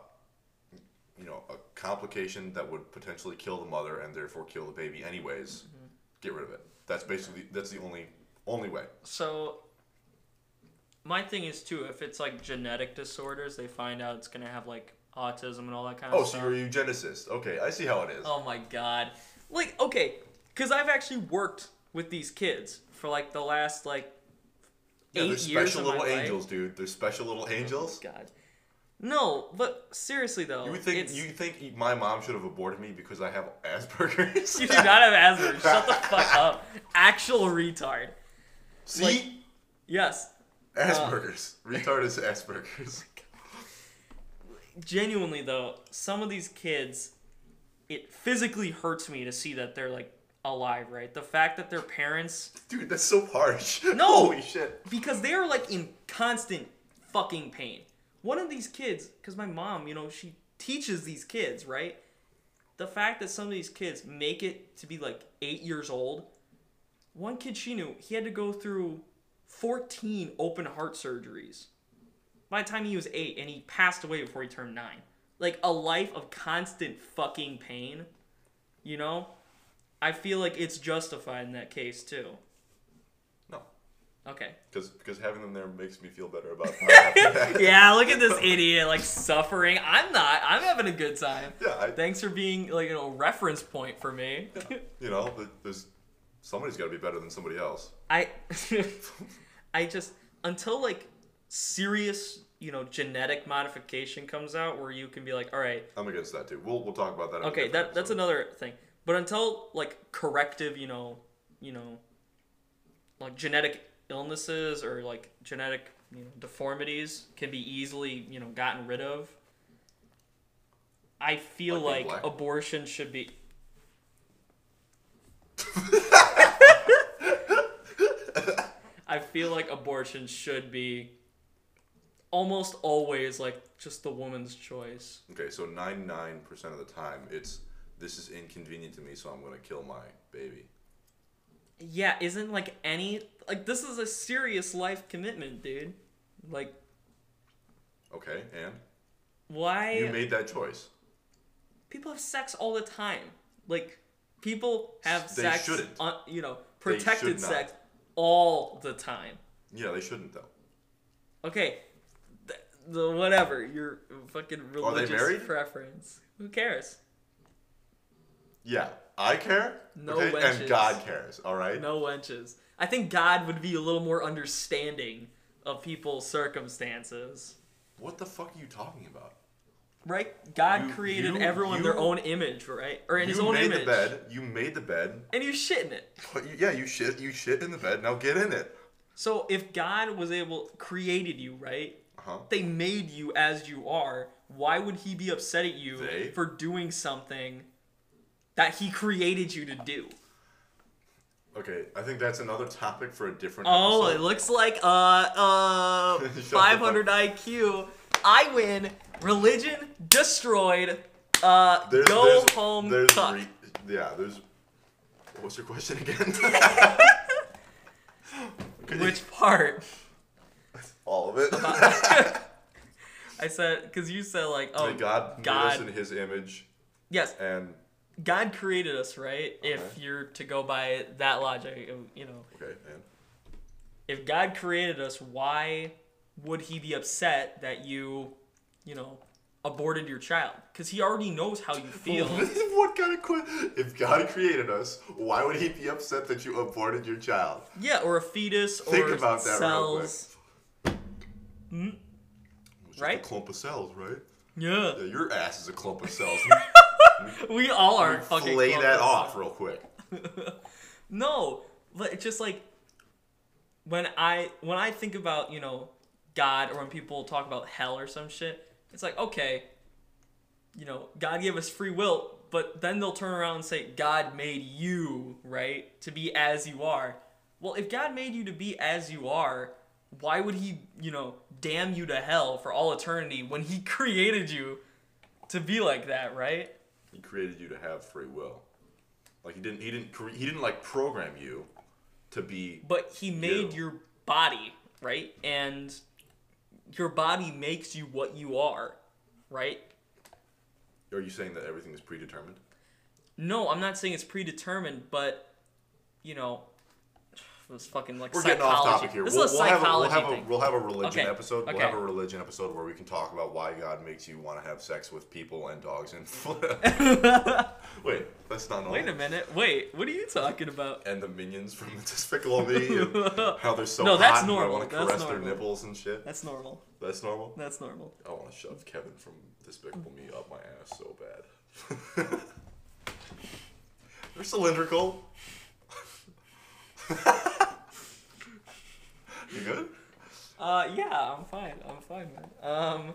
S2: you know a complication that would potentially kill the mother and therefore kill the baby anyways,
S1: Mm-hmm.
S2: get rid of it. That's basically that's the only only way.
S1: so my thing is too if it's like genetic disorders they find out it's gonna have like autism and all that kind of
S2: Oh, so
S1: stuff
S2: you're a eugenicist. Okay, I see how it is.
S1: oh my god like okay because i've actually worked with these kids for like the last like
S2: yeah, they're
S1: eight years
S2: special
S1: of
S2: little
S1: my life. Oh
S2: angels, dude. They're special little angels.
S1: god no but seriously though
S2: You would think
S1: it's-
S2: you think my mom should have aborted me because I have Asperger's.
S1: [LAUGHS] [LAUGHS] you do not have Asperger's. Shut the fuck up. Actual retard.
S2: [LAUGHS] see
S1: Yes.
S2: Asperger's.
S1: uh, [LAUGHS]
S2: Retard is Asperger's.
S1: genuinely though, some of these kids, it physically hurts me to see that they're like alive, right? The fact that their parents,
S2: Dude, that's so harsh.
S1: No.
S2: Holy shit.
S1: because they are like in constant fucking pain. One of these kids, because my mom, you know, she teaches these kids, right? The fact that some of these kids make it to be like eight years old. One kid she knew, he had to go through 14 open heart surgeries. by the time he was eight and he passed away before he turned nine. Like a life of constant fucking pain, you know? I feel like it's justified in that case too.
S2: No.
S1: Okay.
S2: Because because having them there makes me feel better about
S1: [LAUGHS]
S2: how
S1: Yeah, look at this idiot like suffering. I'm not. I'm having a good time.
S2: Yeah, I,
S1: Thanks for being like you know a reference point for me.
S2: you know, th- there's somebody's got to be better than somebody else.
S1: I [LAUGHS] I just until like serious, you know, genetic modification comes out where you can be like, "All right,
S2: I'm against that too. We'll we'll talk about that. in a
S1: okay
S2: different
S1: that that's
S2: episode.
S1: another thing but until like corrective you know you know like genetic illnesses or like genetic you know deformities can be easily you know gotten rid of i feel
S2: Like being
S1: like,
S2: black?
S1: abortion should be I feel like abortion should be almost always like just the woman's choice.
S2: Okay, so 99% of the time, it's this is inconvenient to me, so I'm going to kill my baby.
S1: Yeah, isn't like any like this is a serious life commitment, dude. Like
S2: Okay, and?
S1: why
S2: You made that choice.
S1: people have sex all the time. Like people have
S2: They
S1: sex
S2: shouldn't.
S1: on you know, protected
S2: not.
S1: sex all the time.
S2: Yeah, they shouldn't, though.
S1: Okay. The, the whatever, your fucking
S2: they married?
S1: religious preference. Who cares?
S2: Yeah, I care?
S1: No
S2: okay?
S1: wenches.
S2: And God cares, all right?
S1: No wenches. I think God would be a little more understanding of people's circumstances.
S2: What the fuck are you talking about?
S1: Right? God
S2: You-
S1: created
S2: you-
S1: everyone in their
S2: you-
S1: own image, right? Or in his
S2: you
S1: own
S2: made
S1: image.
S2: the bed. You made the bed.
S1: And you shit in it.
S2: But you- yeah, you shit. You shit in the bed. Now get in it.
S1: So if God was able created you, right?
S2: Uh huh.
S1: They made you as you are. Why would he be upset at you
S2: They?
S1: for doing something that he created you to do?
S2: Okay, I think that's another topic for a different.
S1: Oh, it
S2: episode.
S1: looks like uh uh
S2: [LAUGHS] Shut the fuck
S1: 500 IQ. I win. Religion destroyed. Uh, go home.
S2: There's
S1: cuck.
S2: re- yeah, there's. What's your question
S1: [LAUGHS]
S2: again? Could you-
S1: Which part?
S2: all of
S1: [LAUGHS]
S2: it. [LAUGHS]
S1: I said because you said like oh
S2: That God, made us
S1: God.
S2: in His image,
S1: yes
S2: and
S1: God created us right if
S2: Okay.
S1: you're to go by that logic you know
S2: okay, and
S1: if God created us why would He be upset that you you know aborted your child because He already knows how you
S2: [LAUGHS]
S1: feel.
S2: what kind of question? If God created us, why would He be upset that you aborted your child?
S1: Yeah, or a fetus
S2: Think
S1: or
S2: about that real quick.
S1: cells.
S2: Which is
S1: Right?
S2: a clump of cells, right?
S1: Yeah.
S2: Yeah, your ass is a clump of
S1: [LAUGHS]
S2: cells.
S1: We all are fucking
S2: Flay
S1: clueless.
S2: that off real quick.
S1: No, but it's just like when I when I think about, you know, God or when people talk about hell or some shit, it's like, okay, you know, God gave us free will, but then they'll turn around and say God made you, right? To be as you are. Well, if God made you to be as you are, why would he, you know, damn you to hell for all eternity when he [LAUGHS] created you to be like that, right?
S2: He created you to have free will. Like he didn't. He didn't. Cre- he didn't like program you to be.
S1: but he made
S2: Yeah.
S1: your body right and your body makes you what you are right
S2: Are you saying that everything is predetermined?
S1: no i'm not saying it's predetermined but you know this fucking like
S2: We're
S1: psychology
S2: getting off topic here.
S1: this
S2: we'll,
S1: is a
S2: we'll have a, we'll
S1: psychology
S2: have a
S1: thing
S2: we'll have a religion
S1: Okay,
S2: episode. We'll
S1: okay.
S2: have a religion episode where we can talk about why God makes you want to have sex with people and dogs and. [LAUGHS]
S1: [LAUGHS]
S2: Wait, that's not. all.
S1: wait a minute wait what are you talking about
S2: And the [LAUGHS] minions from Despicable Me, and how they're so
S1: No,
S2: hot
S1: that's
S2: and I
S1: normal,
S2: want to
S1: that's
S2: caress
S1: normal.
S2: their nipples and shit.
S1: that's normal
S2: That's normal.
S1: that's normal
S2: I want to shove Kevin from Despicable Me up my ass so [LAUGHS] bad. They're cylindrical. [LAUGHS] you good?
S1: uh yeah i'm fine i'm fine man um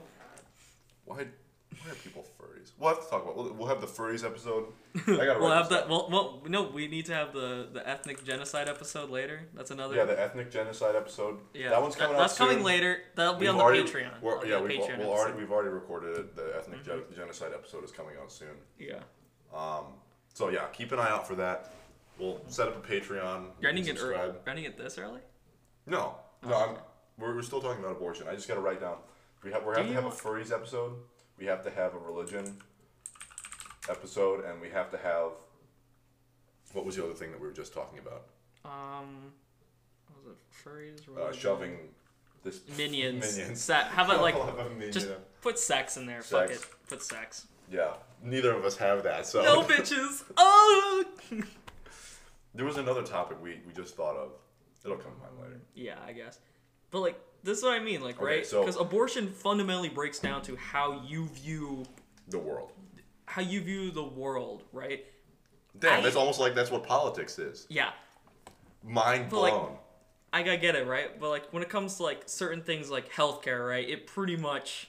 S2: Why? Why are people furries? We'll have to talk about. We'll, we'll have the furries
S1: [LAUGHS]
S2: episode. I gotta
S1: we'll
S2: write
S1: have
S2: this
S1: that well, well no we need to have the the ethnic genocide episode later that's
S2: down.
S1: another
S2: Yeah, the ethnic genocide episode.
S1: Yeah,
S2: that one's
S1: that-
S2: coming out.
S1: That's coming
S2: soon.
S1: later. That'll be
S2: We've
S1: on the
S2: already-
S1: Patreon.
S2: we're-
S1: on
S2: yeah,
S1: the
S2: we've,
S1: Patreon
S2: we'll already,
S1: episode. Mm-hmm.
S2: we've already recorded it. The ethnic gen- genocide episode is coming out soon.
S1: Yeah.
S2: Um, So yeah, keep an eye out for that. We'll set up a Patreon. You
S1: You're
S2: can
S1: ending it early. Oh,
S2: subscribe.
S1: You're ending it this early?
S2: No, no, I'm, we're, we're still talking about abortion. I just gotta write down. We have we have to have a
S1: you-
S2: furries episode. We have to have a religion episode, and we have to have. What was the other thing that we were just talking about?
S1: Um, what was it furries?
S2: Uh,
S1: religion?
S2: shoving this
S1: Mm-hmm. minions.
S2: Minions.
S1: [LAUGHS] Se- how
S2: [LAUGHS]
S1: about like
S2: We'll have a minion.
S1: just put sex in there? Fuck
S2: Sex.
S1: it. Put sex.
S2: yeah. Neither of us have that, so
S1: No bitches. Oh. [LAUGHS]
S2: there was another topic we, we just thought of. It'll come to mind later.
S1: yeah, I guess. But like, this is what I mean. Like,
S2: Okay,
S1: right?
S2: so-
S1: Because abortion fundamentally breaks down to how you view
S2: The world.
S1: how you view the world, right?
S2: Damn,
S1: I-
S2: that's almost like that's what politics is.
S1: Yeah.
S2: Mind
S1: But, like,
S2: blown.
S1: I gotta get it right, but like when it comes to like certain things like healthcare, right? It pretty much,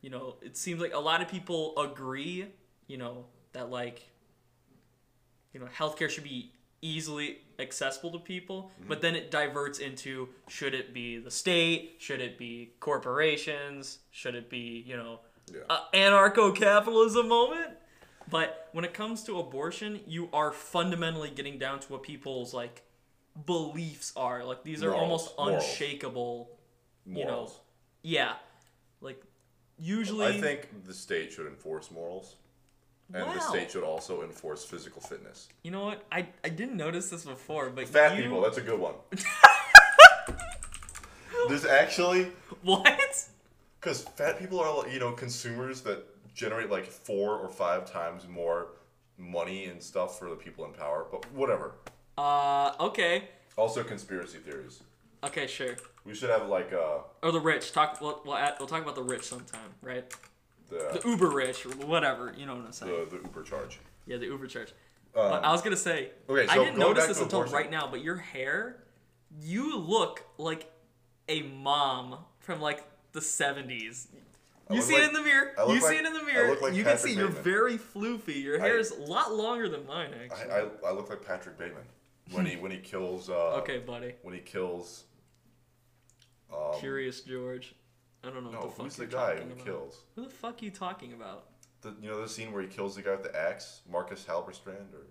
S1: you know, it seems like a lot of people agree, you know, that like, you know, healthcare should be easily accessible to people,
S2: Mm-hmm.
S1: but then it diverts into should it be the state? Should it be corporations? Should it be, you know,
S2: Yeah.
S1: a anarcho capitalism moment? But when it comes to abortion, you are fundamentally getting down to what people's like beliefs are. Like these are
S2: Morals.
S1: almost
S2: Morals.
S1: unshakable you know,
S2: morals.
S1: yeah. Like usually
S2: I think the state should enforce morals, and the
S1: Wow.
S2: state should also enforce physical fitness.
S1: you know what? I, I didn't notice this before, but
S2: Fat
S1: you,
S2: people, that's a good
S1: [LAUGHS]
S2: one. There's actually
S1: What?
S2: because fat people are you know consumers that generate like four or five times more money and stuff for the people in power. But whatever.
S1: Uh okay.
S2: Also conspiracy theories.
S1: Okay, sure.
S2: We should have like uh
S1: Or the rich. Talk we'll, we'll, add, we'll talk about the rich sometime, right? The
S2: the
S1: uber rich or whatever, you know what I'm saying.
S2: the, the Uber charge.
S1: yeah, the uber church.
S2: Um,
S1: but I was going to say
S2: okay,
S1: I
S2: so
S1: didn't
S2: going
S1: notice
S2: back
S1: this
S2: to
S1: until
S2: abortion.
S1: right now, but your hair you look like a mom from like the 70s. You
S2: look
S1: see it
S2: like-
S1: in the mirror.
S2: I look
S1: You see
S2: like-
S1: it in the
S2: I
S1: mirror.
S2: look like
S1: you can
S2: Patrick
S1: see you're
S2: Bateman.
S1: very floofy. Your hair
S2: I-
S1: is a lot longer than mine, actually.
S2: I, uh, I, I look like Patrick Bateman when he when he kills uh
S1: Hmm. okay, buddy.
S2: when he kills um,
S1: Curious George. I don't know
S2: no
S1: what the fuck
S2: who's the
S1: you're
S2: guy
S1: talking
S2: who
S1: about.
S2: kills
S1: Who the fuck you talking about?
S2: the you know the scene where he kills the guy with the axe Marcus Halberstrand or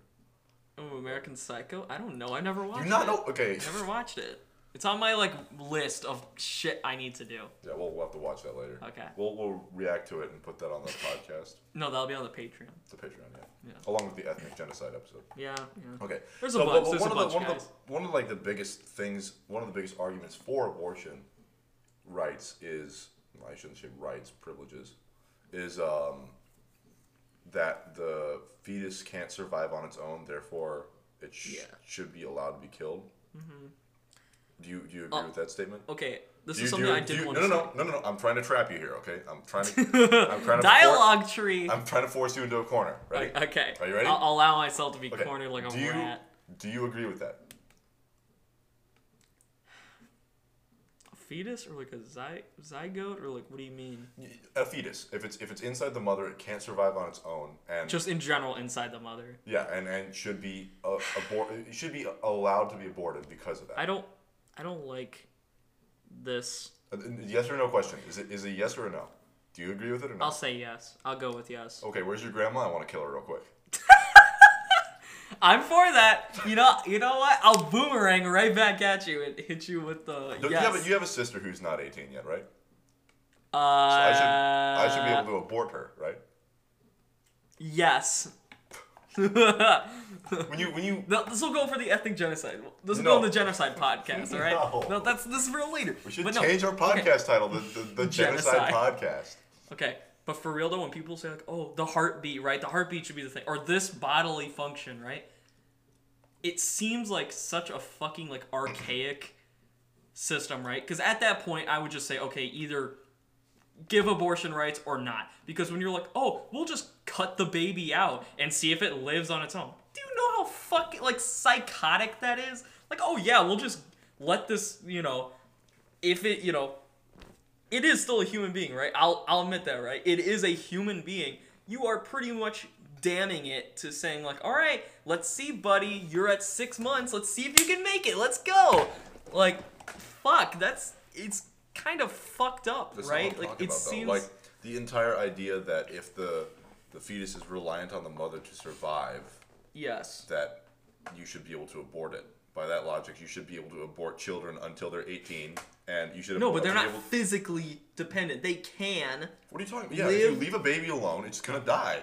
S1: Oh, American Psycho? I don't know. I never watched
S2: you not
S1: it.
S2: know okay
S1: Never watched it. It's on my like list of shit I need to do.
S2: yeah we'll, we'll have to watch that later
S1: Okay.
S2: we'll we'll react to it and put that on the [LAUGHS] podcast
S1: No, that'll be on the Patreon.
S2: the Patreon yeah.
S1: Yeah.
S2: along with the ethnic genocide episode
S1: Yeah, yeah.
S2: okay
S1: There's a
S2: So,
S1: bunch.
S2: but- but
S1: There's
S2: one
S1: a
S2: of the-
S1: bunch,
S2: one of the-
S1: guys.
S2: one of like the biggest things one of the biggest arguments for abortion rights is well, I shouldn't say rights privileges is um, that the fetus can't survive on its own, therefore it sh-
S1: Yeah.
S2: should be allowed to be killed. Do you do you agree
S1: Oh.
S2: with that statement?
S1: Okay, this
S2: Do
S1: is
S2: you- do
S1: something
S2: you-
S1: I
S2: do
S1: did
S2: you-
S1: want
S2: no,
S1: to
S2: no,
S1: say.
S2: no, no, no, no. I'm trying to trap you here. Okay, I'm trying to.
S1: [LAUGHS]
S2: I'm trying to.
S1: Dialogue tree.
S2: For, I'm trying to force you into a corner. Ready?
S1: Okay.
S2: Are you ready?
S1: I'll allow myself to be
S2: Okay,
S1: cornered like a
S2: do you,
S1: rat.
S2: Do you agree with that?
S1: A fetus or like a zy- zygote or like what do you mean?
S2: a fetus if it's if it's inside the mother it can't survive on its own and
S1: Just in general inside the mother.
S2: yeah and and should be uh, abort it should be allowed to be aborted because of that
S1: I don't I don't like this.
S2: Uh, yes or no question is it is it yes or a no do you agree with it or
S1: I'll
S2: not
S1: say yes. I'll go with yes.
S2: okay where's your grandma i want to kill her real quick
S1: I'm for that. You know you know what? I'll boomerang right back at you and hit you with the
S2: Don't-
S1: yes.
S2: you, have a, you have a sister who's not 18 yet right so
S1: uh,
S2: i should i should be able to abort her right
S1: Yes. Uh, [LAUGHS]
S2: [LAUGHS] when you when you
S1: No, this will go for the ethnic genocide. This will
S2: No.
S1: go on the
S2: [LAUGHS]
S1: genocide podcast, all right?
S2: No.
S1: that's this is for later.
S2: we should
S1: But no,
S2: change our
S1: okay.
S2: podcast title the, the, the genocide,
S1: [LAUGHS] Genocide.
S2: podcast
S1: Okay, but for real though, when people say like, "Oh, the heartbeat," right? The heartbeat should be the thing, or this bodily function, right? It seems like such a fucking like archaic system, right? Because at that point, I would just say, okay, either give abortion rights or not. Because when you're like, oh, we'll just cut the baby out and see if it lives on its own. Do you know how fucking like psychotic that is? Like, oh yeah, we'll just let this, you know, if it, you know, it is still a human being, right? I'll I'll admit that, right? It is a human being. You are pretty much damning it to saying like, all right, let's see, buddy, you're at six months. Let's see if you can make it. Let's go. Like, fuck, that's it's kind of fucked up,
S2: That's not what
S1: right?
S2: I'm
S1: Like
S2: talking
S1: it
S2: about, though.
S1: seems
S2: like the entire idea that if the the fetus is reliant on the mother to survive
S1: yes.
S2: that you should be able to abort it. By that logic, you should be able to abort children until they're 18, and you should.
S1: No,
S2: abort-
S1: but they're
S2: be
S1: not
S2: able-
S1: physically dependent. They can.
S2: what are you talking? about? Yeah, if you
S1: live-
S2: leave a baby alone, it's gonna die.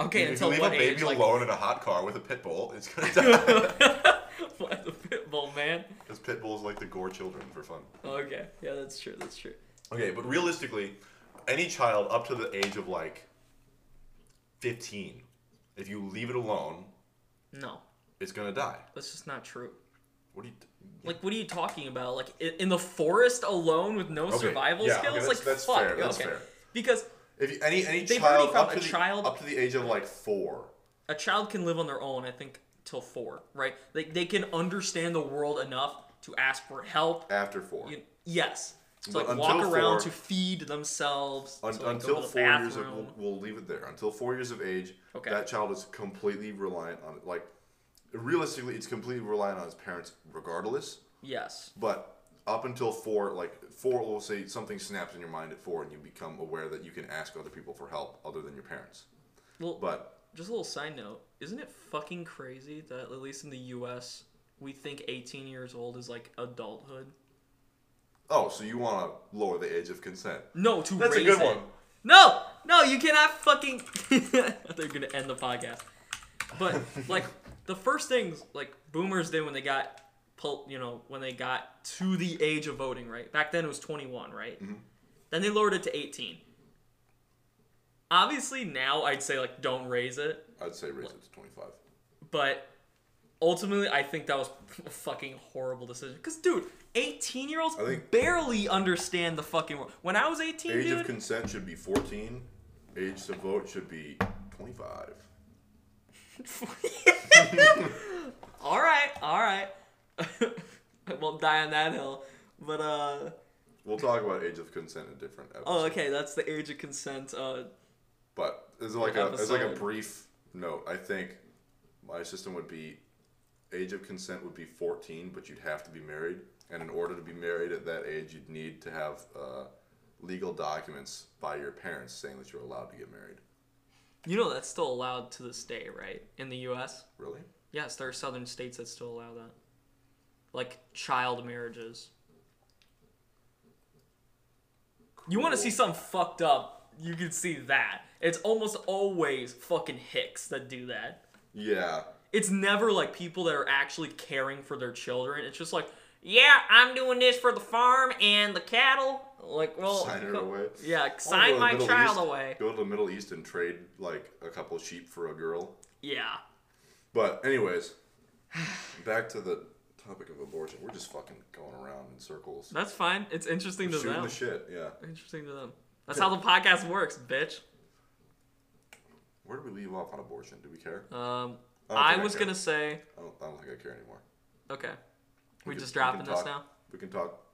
S1: Okay,
S2: if you
S1: until
S2: leave a
S1: what
S2: baby
S1: age? [LAUGHS] Like,
S2: alone in a hot car with a pit bull, it's gonna [LAUGHS] die.
S1: what the [LAUGHS] pit bull man?
S2: Because pit bulls like to gore children for fun.
S1: Okay, yeah, that's true. That's true.
S2: Okay, but realistically, any child up to the age of like 15, if you leave it alone,
S1: No,
S2: it's gonna die.
S1: that's just not true.
S2: What do you?
S1: Like, what are you talking about? Like, i- in the forest alone with no survival
S2: yeah, okay,
S1: skills?
S2: that's-
S1: like,
S2: that's
S1: fuck.
S2: fair, that's
S1: okay.
S2: fair.
S1: Because
S2: If you, any any
S1: They've already
S2: child
S1: found
S2: up
S1: a
S2: to the
S1: child-
S2: up to the age of like four,
S1: a child can live on their own, I think, till four, right? They, they can understand the world enough to ask for help.
S2: after four.
S1: You- yes. To,
S2: But
S1: like, walk
S2: until
S1: around
S2: four-
S1: to feed themselves.
S2: Un-
S1: to, like, go
S2: until
S1: to the
S2: four years of,
S1: bathroom.
S2: we'll, we'll leave it there. Until four years of age,
S1: Okay.
S2: that child is completely reliant on it. Like, realistically, it's completely reliant on his parents, regardless.
S1: Yes.
S2: But up until four, like four, we'll say something snaps in your mind at four, and you become aware that you can ask other people for help other than your parents.
S1: Well,
S2: But
S1: just a little side note. Isn't it fucking crazy that at least in the U.S. we think 18 years old is like adulthood?
S2: oh, so you want to lower the age of consent?
S1: No, to
S2: That's a
S1: raise
S2: good
S1: it.
S2: one.
S1: No, no, you cannot fucking. [LAUGHS] They're gonna end the podcast.
S2: [LAUGHS]
S1: But like the first things like boomers did when they got, pol- you know, when they got to the age of voting, right? Back then it was 21, right?
S2: Mm-hmm.
S1: Then they lowered it to 18. Obviously now I'd say like don't raise it,
S2: I'd say raise it to twenty-five.
S1: but ultimately I think that was [LAUGHS] a fucking horrible decision. Cause dude, 18 year olds
S2: I think-
S1: barely understand the fucking world. When I was 18,
S2: Age
S1: dude,
S2: of consent should be fourteen. Age to vote should be twenty-five.
S1: [LAUGHS] all right, all right. [LAUGHS] I won't die on that hill. But uh
S2: We'll talk about age of consent in a different episode.
S1: oh, okay, that's the age of consent. Uh
S2: But as like a as like a
S1: Episode.
S2: brief note, I think my system would be age of consent would be 14, but you'd have to be married, and in order to be married at that age, you'd need to have uh, legal documents by your parents saying that you're allowed to get married.
S1: you know that's still allowed to this day, right? In the U.S.
S2: Really?
S1: Yes, there are southern states that still allow that, like child marriages. You want to see
S2: Cool.
S1: something fucked up? You can see that. It's almost always fucking hicks that do that.
S2: Yeah.
S1: it's never like people that are actually caring for their children. It's just like, yeah, I'm doing this for the farm and the cattle. Like, well,
S2: Sign it
S1: co-
S2: away.
S1: Yeah,
S2: Wanna go to
S1: sign
S2: the
S1: my
S2: Middle
S1: child
S2: East-
S1: away.
S2: Go to the Middle East and trade like a couple sheep for a girl.
S1: Yeah,
S2: But anyways, [SIGHS] back to the topic of abortion. We're just fucking going around in circles.
S1: that's fine. It's interesting to
S2: Shooting
S1: them.
S2: the shit. Yeah.
S1: interesting to them. That's how the podcast works, bitch.
S2: Where do we leave off on abortion? Do we care?
S1: Um,
S2: I don't
S1: I,
S2: think I
S1: was
S2: care.
S1: gonna say,
S2: I don't, I don't think I care anymore.
S1: okay, we,
S2: can-
S1: just
S2: can
S1: dropping this
S2: talk-
S1: now.
S2: We can talk